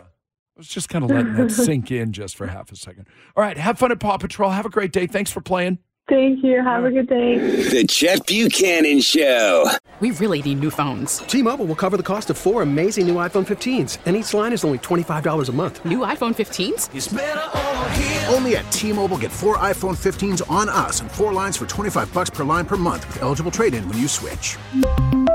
S3: was just kind of letting that sink in just for half a second. All right, have fun at Paw Patrol. Have a great day. Thanks for playing.
S17: Thank you. Have a good day.
S1: The Chet Buchanan Show.
S18: We really need new phones.
S19: T-Mobile will cover the cost of four amazing new iPhone 15s, and each line is only $25 a month.
S18: New iPhone 15s?
S19: Only at T-Mobile get four iPhone 15s on us and four lines for 25 bucks per line per month with eligible trade-in when you switch.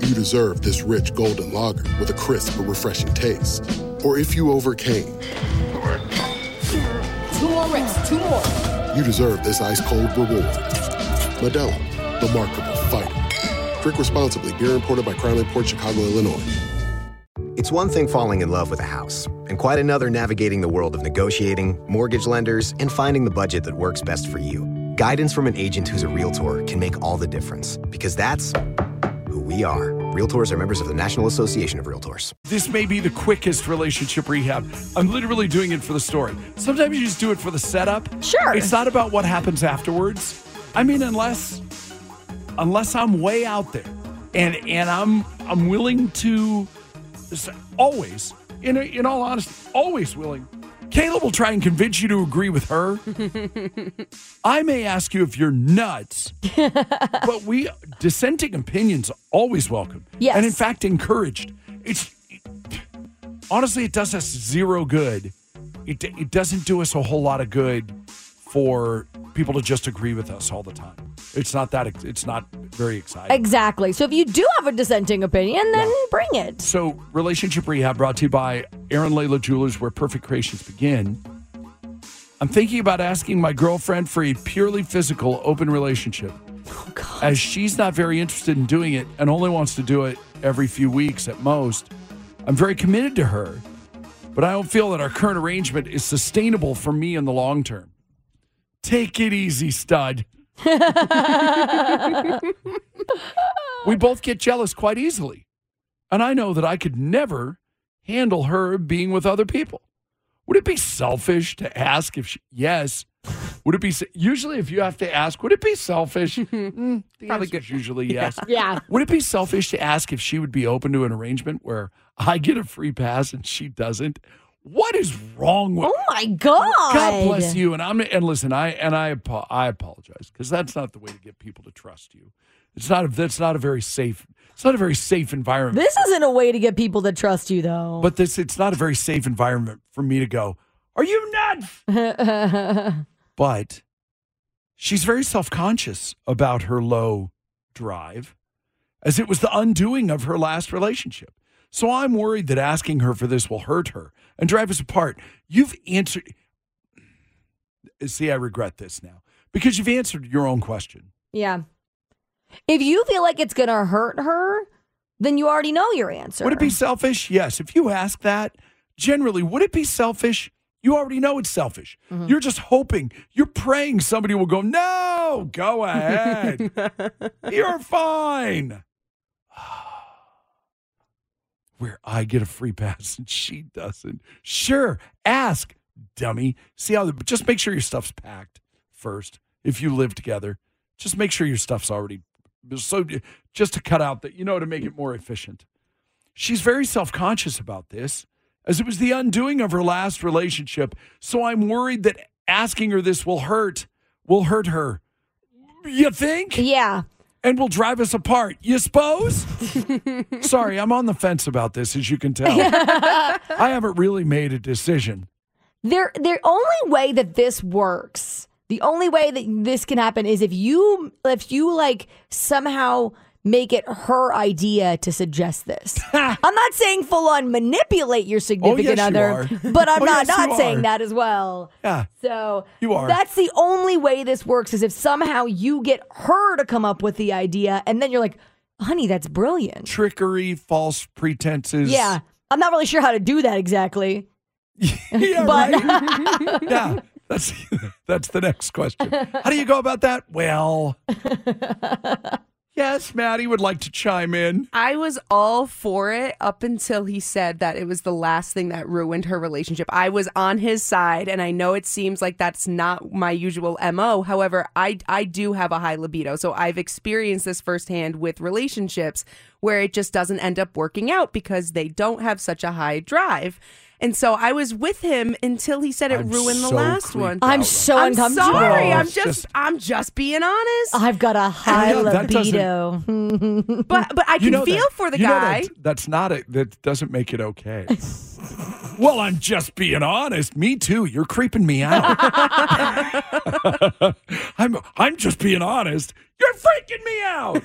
S20: you deserve this rich golden lager with a crisp but refreshing taste. Or if you overcame,
S16: Two more reps, two more.
S20: you deserve this ice cold reward. Medella, the mark of a fighter. Drink responsibly. Beer imported by Crown Port Chicago, Illinois.
S21: It's one thing falling in love with a house, and quite another navigating the world of negotiating, mortgage lenders, and finding the budget that works best for you. Guidance from an agent who's a realtor can make all the difference, because that's who we are. Realtors are members of the National Association of Realtors.
S3: This may be the quickest relationship rehab. I'm literally doing it for the story. Sometimes you just do it for the setup. Sure. It's not about what happens afterwards. I mean, unless unless I'm way out there and and I'm I'm willing to s- always in a, in all honesty, always willing. Caleb will try and convince you to agree with her. I may ask you if you're nuts, but we dissenting opinions are always welcome.
S16: Yes.
S3: And in fact encouraged. It's honestly it does us zero good. It it doesn't do us a whole lot of good for people to just agree with us all the time. It's not that ex- it's not very exciting.
S2: Exactly. So if you do have a dissenting opinion, then bring it.
S3: So, Relationship Rehab brought to you by Aaron Layla Jewelers, where perfect creations begin. I'm thinking about asking my girlfriend for a purely physical open relationship. As she's not very interested in doing it and only wants to do it every few weeks at most, I'm very committed to her, but I don't feel that our current arrangement is sustainable for me in the long term. Take it easy, stud. we both get jealous quite easily. And I know that I could never handle her being with other people. Would it be selfish to ask if she, yes? Would it be, se- usually if you have to ask, would it be selfish? Mm, the Probably good. Usually, yes.
S16: Yeah.
S3: Would it be selfish to ask if she would be open to an arrangement where I get a free pass and she doesn't? What is wrong with
S2: Oh my God.
S3: God bless you. And I'm and listen, I and I apo- I apologize because that's not the way to get people to trust you. It's not a, that's not a very safe. It's not a very safe environment.
S2: This isn't a way to get people to trust you, though.
S3: but this it's not a very safe environment for me to go. Are you nuts? But she's very self conscious about her low drive, as it was the undoing of her last relationship. So I'm worried that asking her for this will hurt her and drive us apart. You've answered. See, I regret this now because you've answered your own question.
S2: yeah. If you feel like it's going to hurt her, then you already know your answer.
S3: Would it be selfish? Yes. If you ask that, generally, would it be selfish? You already know it's selfish. You're just hoping, you're praying somebody will go, no, go ahead. you're fine. Where I get a free pass and she doesn't. Sure, ask, dummy. See how, just make sure your stuff's packed first. If you live together, just make sure your stuff's already, so just to cut out that, you know, to make it more efficient. She's very self conscious about this, as it was the undoing of her last relationship. So I'm worried that asking her this will hurt, will hurt her. You think?
S2: Yeah.
S3: And will drive us apart. You suppose? Sorry, I'm on the fence about this, as you can tell. I haven't really made a decision.
S2: There, the only way that this works, the only way that this can happen is if you, if you like somehow make it her idea to suggest this. I'm not saying full on manipulate your significant
S16: Oh, yes, you
S2: other,
S16: are.
S2: but I'm
S16: Oh,
S2: not
S16: yes, you
S2: not saying
S16: are.
S2: that as well.
S16: Yeah.
S2: So
S16: You are.
S2: That's the only way this works is if somehow you get her to come up with the idea, and then you're like, "Honey, that's brilliant."
S3: Trickery, false pretenses.
S2: Yeah, I'm not really sure how to do that exactly.
S3: yeah,
S2: but
S3: yeah, that's that's the next question. How do you go about that? Well, yeah, yes, Maddie would like to chime in.
S2: Mm-hmm.
S4: I was all for it up until he said that it was the last thing that ruined her relationship. I was on his side, and I know it seems like that's not my usual MO. However, I, I do have a high libido. So I've experienced this firsthand with relationships where it just doesn't end up working out because they don't have such a high drive. And so I was with him until he said it ruined the
S2: so
S4: last
S2: creeped
S4: one.
S2: out. I'm so
S4: I'm
S2: uncomfortable.
S4: Sorry,
S2: Oh,
S4: I'm
S2: it's
S4: just,
S2: just-
S4: I'm just being honest.
S2: I've got a high
S3: know that
S2: libido. but
S4: but I
S3: Mm. You know that- you know that- that's not it. That doesn't make it okay. well, I'm just being honest. Me too. You're creeping me out. I'm I'm just being honest. You're freaking me out.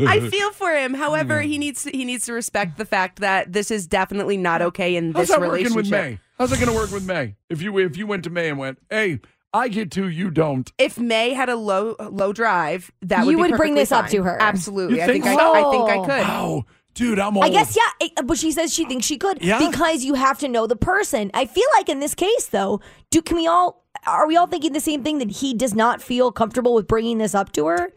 S4: I feel for him. However, he needs to, he needs to respect the fact that this is definitely not okay in
S3: How's
S4: this
S3: that working
S4: relationship.
S3: with May? How's that going to work with May? If you if you went to May and went, hey, I get to, you don't.
S4: If May had a low low drive, that
S2: You
S4: be
S2: would bring
S4: perfectly
S2: this up
S4: fine.
S2: to her.
S4: Absolutely,
S2: You
S4: I
S2: think
S4: think
S2: so?
S4: I, I think I could.
S3: Wow, dude, I'm old.
S2: I guess yeah, it- uh, but she says she thinks she could
S3: Yeah.
S2: because you have to know the person. I feel like in this case though, do can we all are we all thinking the same thing that he does not feel comfortable with bringing this up to her,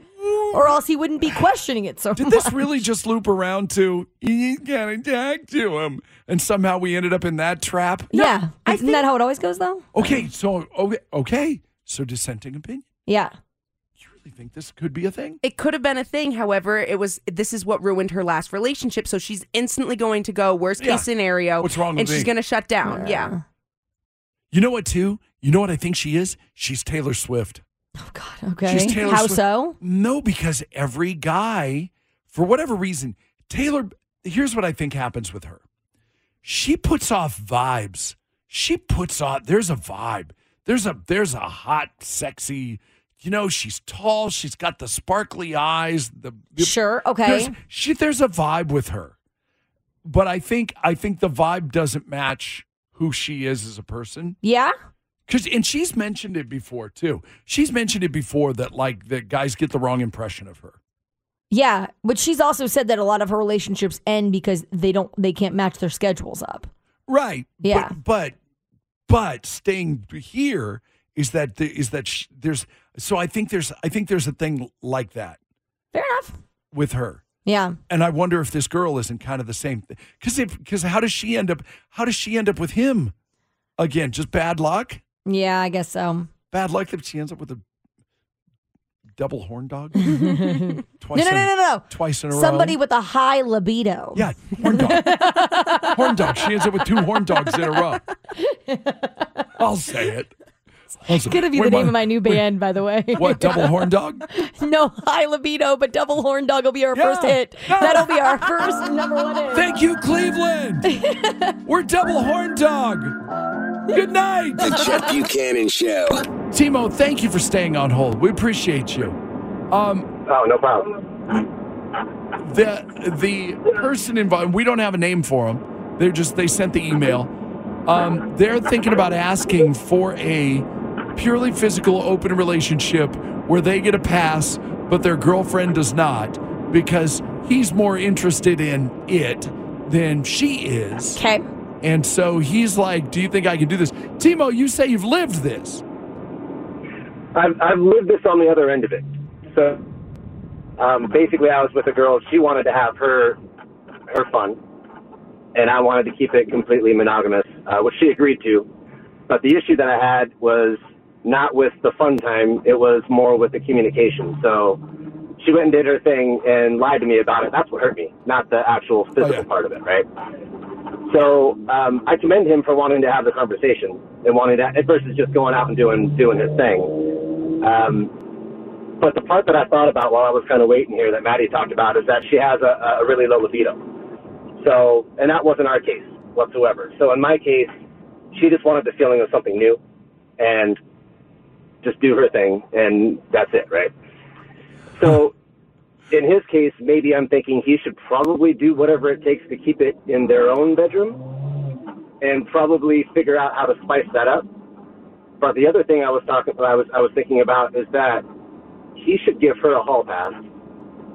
S2: or else he wouldn't be questioning it so
S3: Did
S2: much.
S3: this really just loop around to you gotta talk to him, um, and somehow we ended up in that trap?
S2: yeah, isn't that how it always goes though?
S3: Okay, so okay, okay, so dissenting opinion.
S2: Yeah.
S3: You think this could be a thing?
S4: It could have been a thing. However, it was this is what ruined her last relationship. So she's instantly going to go worst case
S3: Yeah.
S4: scenario.
S3: What's wrong
S4: And
S3: with
S4: she's
S3: me?
S4: going to shut down. Yeah.
S3: You know what, too? You know what I think she is? She's Taylor Swift.
S2: Okay.
S3: She's Taylor
S2: how
S3: Swift.
S2: so?
S3: No, because every guy, for whatever reason, Taylor, here's what I think happens with her. She puts off vibes. She puts off there's a vibe. There's a there's a hot, sexy, you know, she's tall, she's got the sparkly eyes, the, the-
S2: Sure, okay.
S3: There's, she there's a vibe with her. But I think I think the vibe doesn't match who she is as a person.
S2: Yeah.
S3: Cause and she's mentioned it before too. She's mentioned it before that like that guys get the wrong impression of her.
S2: Yeah, but she's also said that a lot of her relationships end because they don't they can't match their schedules up.
S3: Right.
S2: Yeah.
S3: But but, but staying here is that the, is that sh- there's so I think there's I think there's a thing like that.
S2: Fair enough.
S3: With her.
S2: Yeah.
S3: And I wonder if this girl isn't kind of the same thing. Cuz if cuz how does she end up how does she end up with him? Again, just bad luck?
S2: Yeah, I guess so.
S3: Bad luck that she ends up with a double horn dog?
S2: no,
S3: Twice
S2: no,
S3: in-
S2: no, no, no.
S3: Twice in a row.
S2: Somebody with a high libido.
S3: Yeah, horn dog. She ends up with two horn dogs in a row. I'll say it. It's
S2: Gonna be the name of my new band, by the way.
S3: What double horn dog?
S2: no high libido, but double horn dog will be our first hit. That'll be our first number one hit.
S3: Thank you, Cleveland. We're double horn dog. Good night.
S1: The Chet Buchanan Show.
S3: Timo, thank you for staying on hold. We appreciate you. Um,
S5: Oh, no problem.
S3: the the person involved, we don't have a name for them. They're just they sent the email. Um, they're thinking about asking for a purely physical open relationship where they get a pass, but their girlfriend does not because he's more interested in it than she is.
S2: Okay.
S3: And so he's like, "Do you think I can do this, Timo? You say you've lived this."
S5: I've, I've lived this on the other end of it. So um, basically, I was with a girl. She wanted to have her her fun, and I wanted to keep it completely monogamous, uh, which she agreed to. But the issue that I had was not with the fun time; it was more with the communication. So she went and did her thing and lied to me about it. That's what hurt me, not the actual physical part of it, right? So um, I commend him for wanting to have the conversation and wanting to versus just going out and doing doing his thing. Um, but the part that I thought about while I was kind of waiting here that Maddie talked about is that she has a, a really low libido. So, and that wasn't our case whatsoever. So in my case, she just wanted the feeling of something new and just do her thing, and that's it, right? So in his case, maybe I'm thinking he should probably do whatever it takes to keep it in their own bedroom and probably figure out how to spice that up. But the other thing I was talking I was I was thinking about is that he should give her a hall pass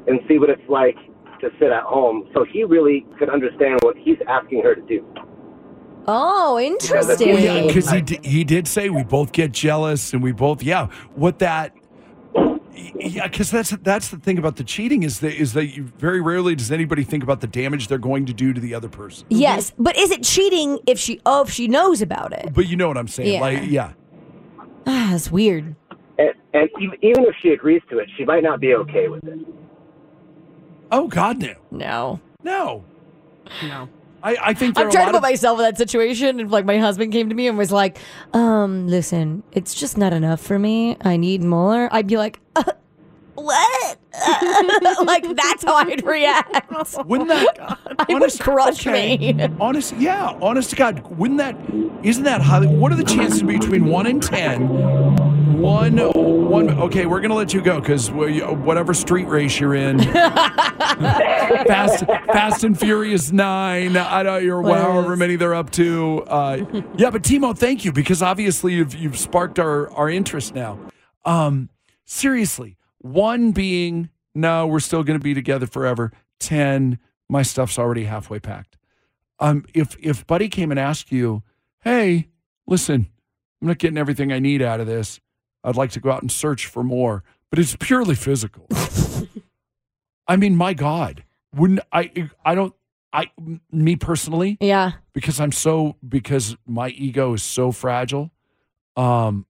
S5: and see what it's like to sit at home so he really could understand what he's asking her to do.
S2: Oh, interesting.
S3: Well, yeah, because he di- he did say we both get jealous and we both yeah. What that Yeah, because that's that's the thing about the cheating is that is that you very rarely does anybody think about the damage they're going to do to the other person.
S2: Yes, but is it cheating if she oh if she knows about it?
S3: But you know what I'm saying?
S2: Yeah.
S3: Like, yeah,
S2: Ah, that's weird.
S5: And, and ev- even if she agrees to it, she might not be okay with it.
S3: Oh God, no,
S2: no,
S3: no, no. I, I think there
S2: I'm
S3: are
S2: trying
S3: a
S2: to
S3: lot
S2: put
S3: of,
S2: myself in that situation. If like my husband came to me and was like, um, listen, it's just not enough for me. I need more. I'd be like, uh, what? Uh, like that's how I'd react.
S3: Wouldn't that?
S2: I would crush me.
S3: honest, yeah, honest to God, wouldn't that? Isn't that highly? What are the chances between one and ten? One, one. Okay, we're gonna let you go because whatever street race you're in, Fast, Fast and Furious Nine. I don't, or
S9: What
S3: however
S9: else?
S3: many they're up to. Uh, yeah, but Timo, thank you because obviously you've you've sparked our our interest now. Um, seriously, one being no, we're still going to be together forever. Ten, my stuff's already halfway packed. Um, if if Buddy came and asked you, hey, listen, I'm not getting everything I need out of this. I'd like to go out and search for more, but it's purely physical. I mean, my God, wouldn't I? I don't. I, me personally,
S2: yeah,
S3: because I'm so because my ego is so fragile. Um,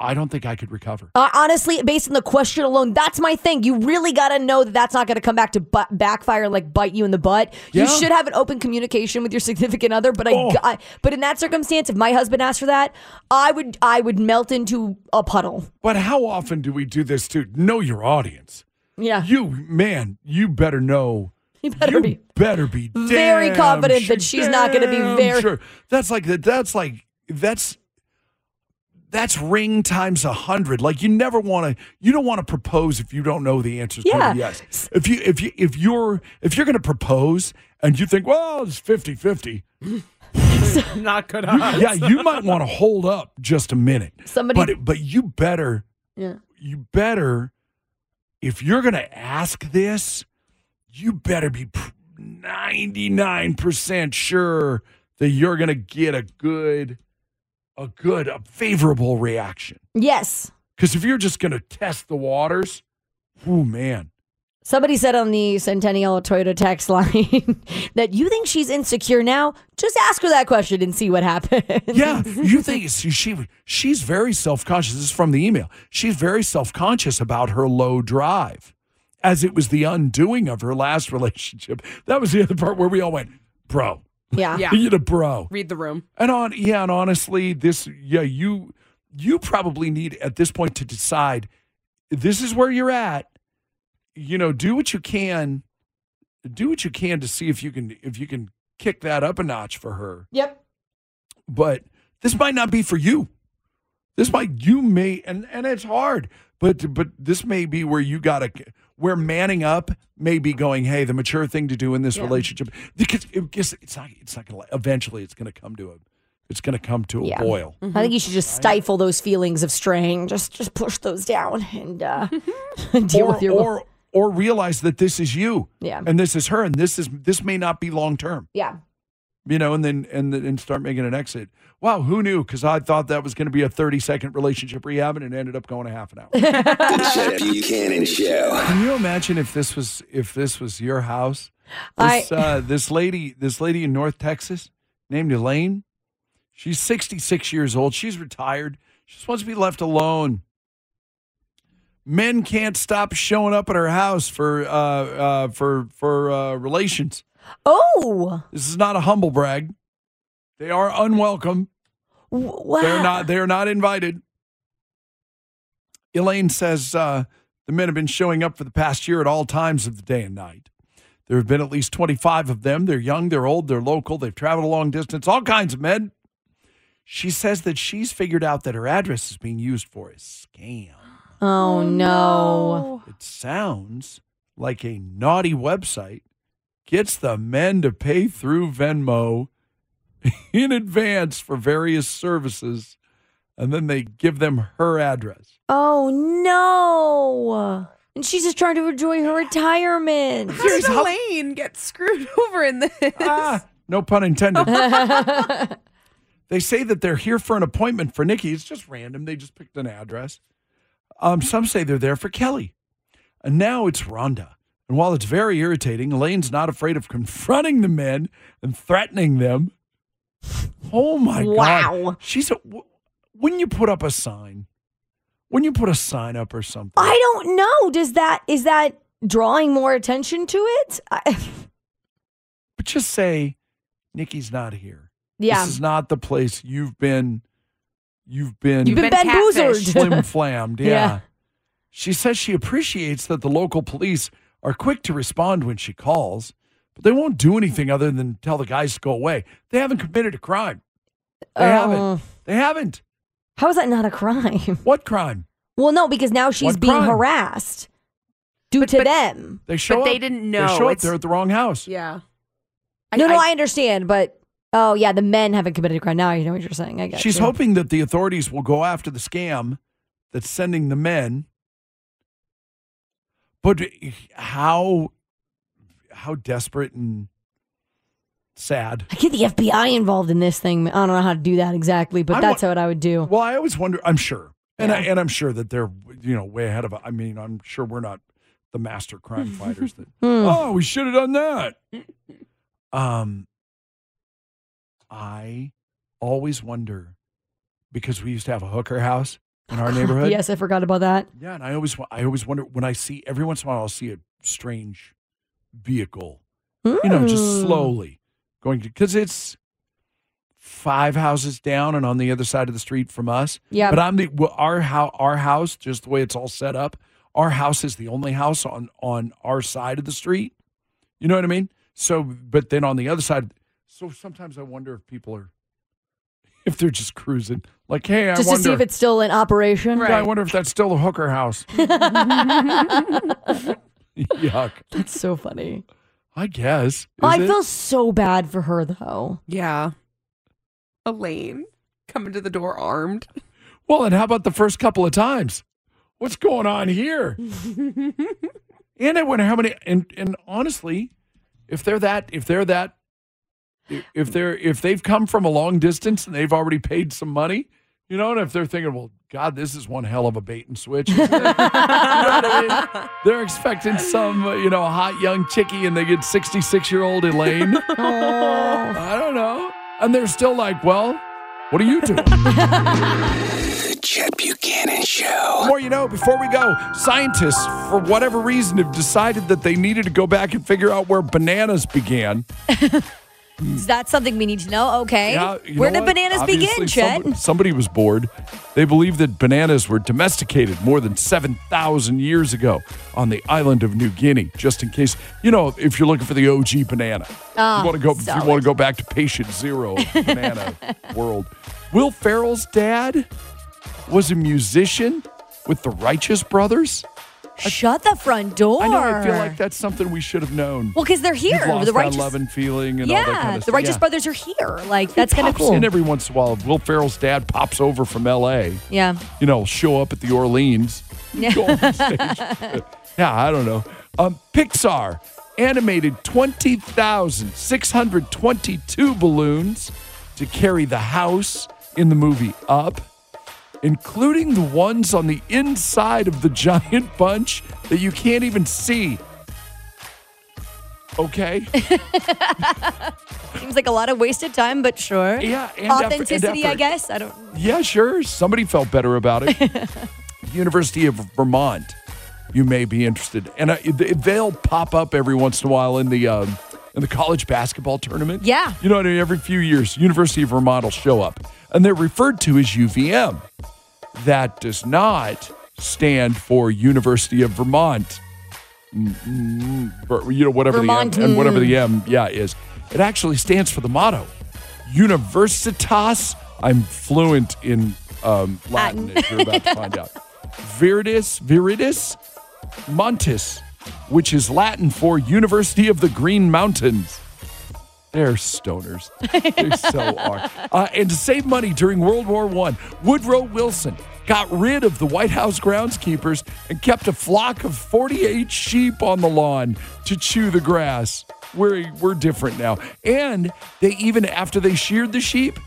S3: I don't think I could recover.
S2: Uh, honestly, based on the question alone, that's my thing. You really got to know that that's not going to come back to bu- backfire and like bite you in the butt.
S3: Yeah.
S2: You should have an open communication with your significant other. But I,
S3: Oh.
S2: I- but in that circumstance, if my husband asked for that, I would I would melt into a puddle.
S3: But how often do we do this to know your audience?
S2: Yeah,
S3: you man, you better know.
S2: You better
S3: be better be
S2: Very
S3: damn
S2: confident
S3: sure-
S2: that she's not gonna be
S3: damn
S2: very-
S3: sure. That's like the, That's like that's that's ring times a hundred. Like you never want to. You don't want to propose if you don't know the answer.
S9: Yeah.
S3: Yes. If you if you if you're if you're going to propose and you think well it's 50-50,
S9: Not good
S3: you- yeah, you might want to hold up just a minute.
S2: Somebody-
S3: but but you better
S2: Yeah.
S3: you better if you're going to ask this you better be pr- 99% sure that you're going to get a good a good a favorable reaction
S2: Yes.
S3: because if you're just going to test the waters oh man
S2: Somebody said on the Centennial Toyota text line that you think she's insecure now. Just ask her that question and see what happens.
S3: yeah you think it's- she she's very self-conscious this is from the email she's very self-conscious about her low drive as it was the undoing of her last relationship that was the other part where we all went bro
S2: Yeah. Yeah.
S3: you the bro
S4: Read the room.
S3: And on yeah, and honestly, this yeah, you you probably need at this point to decide this is where you're at. You know, do what you can do what you can to see if you can if you can kick that up a notch for her.
S2: Yep.
S3: But this might not be for you. This might you may and and it's hard, but but this may be where you got to where manning up may be going, "Hey, the mature thing to do in this
S9: Yeah.
S3: relationship because it, because it's not it's not going to eventually it's going to come to a it's going to come to a
S2: Yeah.
S3: boil."
S2: I think you should just stifle those feelings of straying. Just just push those down and uh, deal
S3: or,
S2: with your.
S3: or or realize that this is you
S2: Yeah.
S3: and this is her and this is this may not be long term
S2: yeah.
S3: you know and then and then and start making an exit wow who knew because i thought that was going to be a 30 second relationship rehab and it ended up going a half an hour
S1: The Jeff Buchanan Show.
S3: Can you imagine if this was if this was your house?
S1: I-
S3: This uh, this lady this lady in North Texas named Elaine. She's 66 years old. She's retired. She just wants to be left alone. Men can't stop showing up at her house for uh, uh, for for uh, relations.
S2: Oh,
S3: this is not a humble brag. They are unwelcome.
S2: Wow.
S3: They're not. They're not invited. Elaine says uh, the men have been showing up for the past year at all times of the day and night. There have been at least 25 of them. They're young, they're old, they're local, they've traveled a long distance, all kinds of men. She says that she's figured out that her address is being used for a scam.
S2: Oh, no.
S3: It sounds like a naughty website gets the men to pay through Venmo in advance for various services, and then they give them her address.
S2: Oh no. And she's just trying to enjoy her retirement.
S4: How did Elaine get screwed over in this?
S3: No pun intended. they say that they're here for an appointment for Nikki. It's just random. They just picked an address. Um, some say they're there for Kelly. And now it's Rhonda. And while it's very irritating, Elaine's not afraid of confronting the men and threatening them. Oh my
S2: Wow.
S3: God. She's a. w- Wouldn't you put up a sign? Wouldn't you put a sign up or something?
S2: I don't know. Does that is that drawing more attention to it? I,
S3: But just say, Nikki's not here.
S2: Yeah.
S3: This is not the place you've been. You've been.
S2: You've been You've been bamboozled. catfished.
S3: Slim flammed. Yeah.
S2: Yeah.
S3: She says she appreciates that the local police are quick to respond when she calls, but they won't do anything other than tell the guys to go away. They haven't committed a crime. They
S2: Oh.
S3: haven't. They haven't.
S2: how is that not a crime?
S3: What crime?
S2: Well, no, because now she's
S3: What
S2: being
S3: crime?
S2: harassed due to them.
S3: They show
S4: but
S3: up.
S4: they didn't know.
S3: They show up.
S4: It's-
S3: They're at the wrong house.
S4: Yeah.
S2: no, no, I, understand, but oh yeah, the men haven't committed a crime. Now you know what you're saying. I guess
S3: She's hoping that the authorities will go after the scam that's sending the men. But how how desperate and sad.
S2: I get the FBI involved in this thing. I don't know how to do that exactly, but
S3: I
S2: that's
S3: wa-
S2: what I would do.
S3: Well, I always wonder, I'm sure. And I, and I'm sure that they're you know way ahead of I mean, I'm sure we're not the master crime fighters that
S2: Hmm.
S3: Oh, we should have done that. Um I always wonder because we used to have a hooker house in our neighborhood.
S2: yes, I forgot about that.
S3: Yeah, and I always wa- I always wonder when I see every once in a while I'll see a strange vehicle, you know, just
S2: Mm.
S3: slowly going to because it's five houses down and on the other side of the street from us.
S2: Yep.
S3: but I'm the well, our how our house just the way it's all set up. Our house is the only house on on our side of the street. You know what I mean? So, but then on the other side, so sometimes I wonder if people are if they're just cruising, like, hey, I
S2: Just
S3: wonder
S2: to see if it's still in operation.
S3: yeah, I wonder if that's still the hooker house. Yuck.
S2: That's so funny.
S3: I guess.
S2: Oh, I
S3: Is it?
S2: feel so bad for her though.
S4: Yeah. Elaine coming to the door armed.
S3: Well, and how about the first couple of times? What's going on here? and I wonder how many and and honestly, if they're that if they're that if they're if they've come from a long distance and they've already paid some money, you know, and if they're thinking, well, God, this is one hell of a bait and switch. isn't it? You know what I mean? They're expecting some, uh, you know, hot young chickie, and they get sixty-six-year-old Elaine. I don't know, and they're still like, well, what are you doing?
S1: The Chet Buchanan Show.
S3: The more you know, before we go, scientists, for whatever reason, have decided that they needed to go back and figure out where bananas began.
S2: Is that something we need to know? Okay.
S3: Yeah, you
S2: Where
S3: know
S2: did
S3: what?
S2: bananas
S3: Obviously,
S2: begin, Chet?
S3: some- somebody was bored. They believe that bananas were domesticated more than 7,000 years ago on the island of New Guinea, just in case, you know, if you're looking for the OG banana.
S2: Ah,
S3: you want to go, if you
S2: solid.
S3: want to go back to patient zero of the banana world. Will Farrell's dad was a musician with the Righteous Brothers.
S2: Shut the front door.
S3: I know. I feel like that's something we should have known.
S2: Well, 'cause they're here.
S3: You've lost
S2: The
S3: that
S2: Righteous-
S3: love and feeling and
S2: yeah,
S3: all that kind of stuff.
S2: the Righteous
S3: Yeah.
S2: Brothers are here. Like that's kind of
S3: Pops
S2: cool.
S3: in every once in a while. Will Ferrell's dad pops over from L.A.
S2: yeah.
S3: You know, show up at the Orleans. Yeah, I don't know. Um, Pixar animated 20,622 balloons to carry the house in the movie up, including the ones on the inside of the giant bunch that you can't even see. Okay.
S2: Seems like a lot of wasted time, but sure.
S3: Yeah, and effort- and
S2: authenticity, I
S3: effort.
S2: guess. I don't.
S3: Yeah, sure. Somebody felt better about it. University of Vermont. You may be interested, and uh, they- they'll pop up every once in a while in the um, in the college basketball tournament.
S2: Yeah.
S3: you know what I mean. Every few years, University of Vermont will show up, and they're referred to as UVM. That does not stand for University of Vermont. Mm, mm, Ver- You know whatever the M
S2: Vermonton.
S3: and whatever the M yeah is. It actually stands for the motto Universitas. I'm fluent in um, Latin, if you're about to find out. Viridis, Viridis Montis, which is Latin for University of the Green Mountains. They're stoners. They so are. Uh, and to save money during World War One, Woodrow Wilson got rid of the White House groundskeepers and kept a flock of 48 sheep on the lawn to chew the grass. We're, we're different now. And they even, after they sheared the sheep,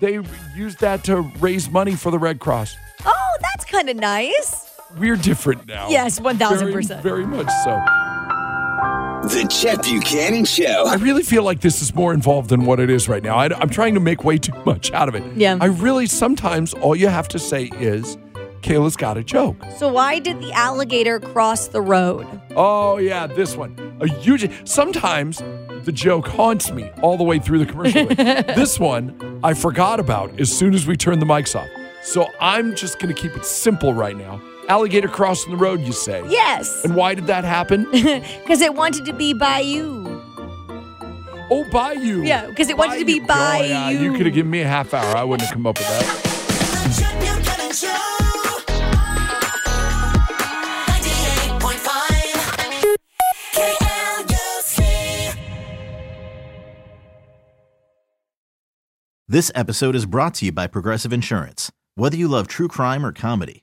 S3: they used that to raise money for the Red Cross.
S2: Oh, that's kind of nice.
S3: We're different now.
S2: Yes, 1000%.
S3: Very, very much so.
S22: The Chet Buchanan Show.
S3: I really feel like this is more involved than what it is right now. I, am trying to make way too much out of it.
S2: Yeah.
S3: I really sometimes all you have to say is, Kayla's got a joke.
S2: So why did the alligator cross the road?
S3: Oh yeah, this one. A huge. Sometimes the joke haunts me all the way through the commercial. break. this one I forgot about as soon as we turned the mics off. So I'm just gonna keep it simple right now. Alligator crossing the road, you say?
S2: Yes.
S3: And why did that happen?
S2: Because it wanted to be by you.
S3: Oh, by you.
S2: Yeah, because it wanted to be by
S3: oh, yeah,
S2: you.
S3: you could have given me a half hour. I wouldn't have come up with that.
S9: This episode is brought to you by Progressive Insurance. Whether you love true crime or comedy,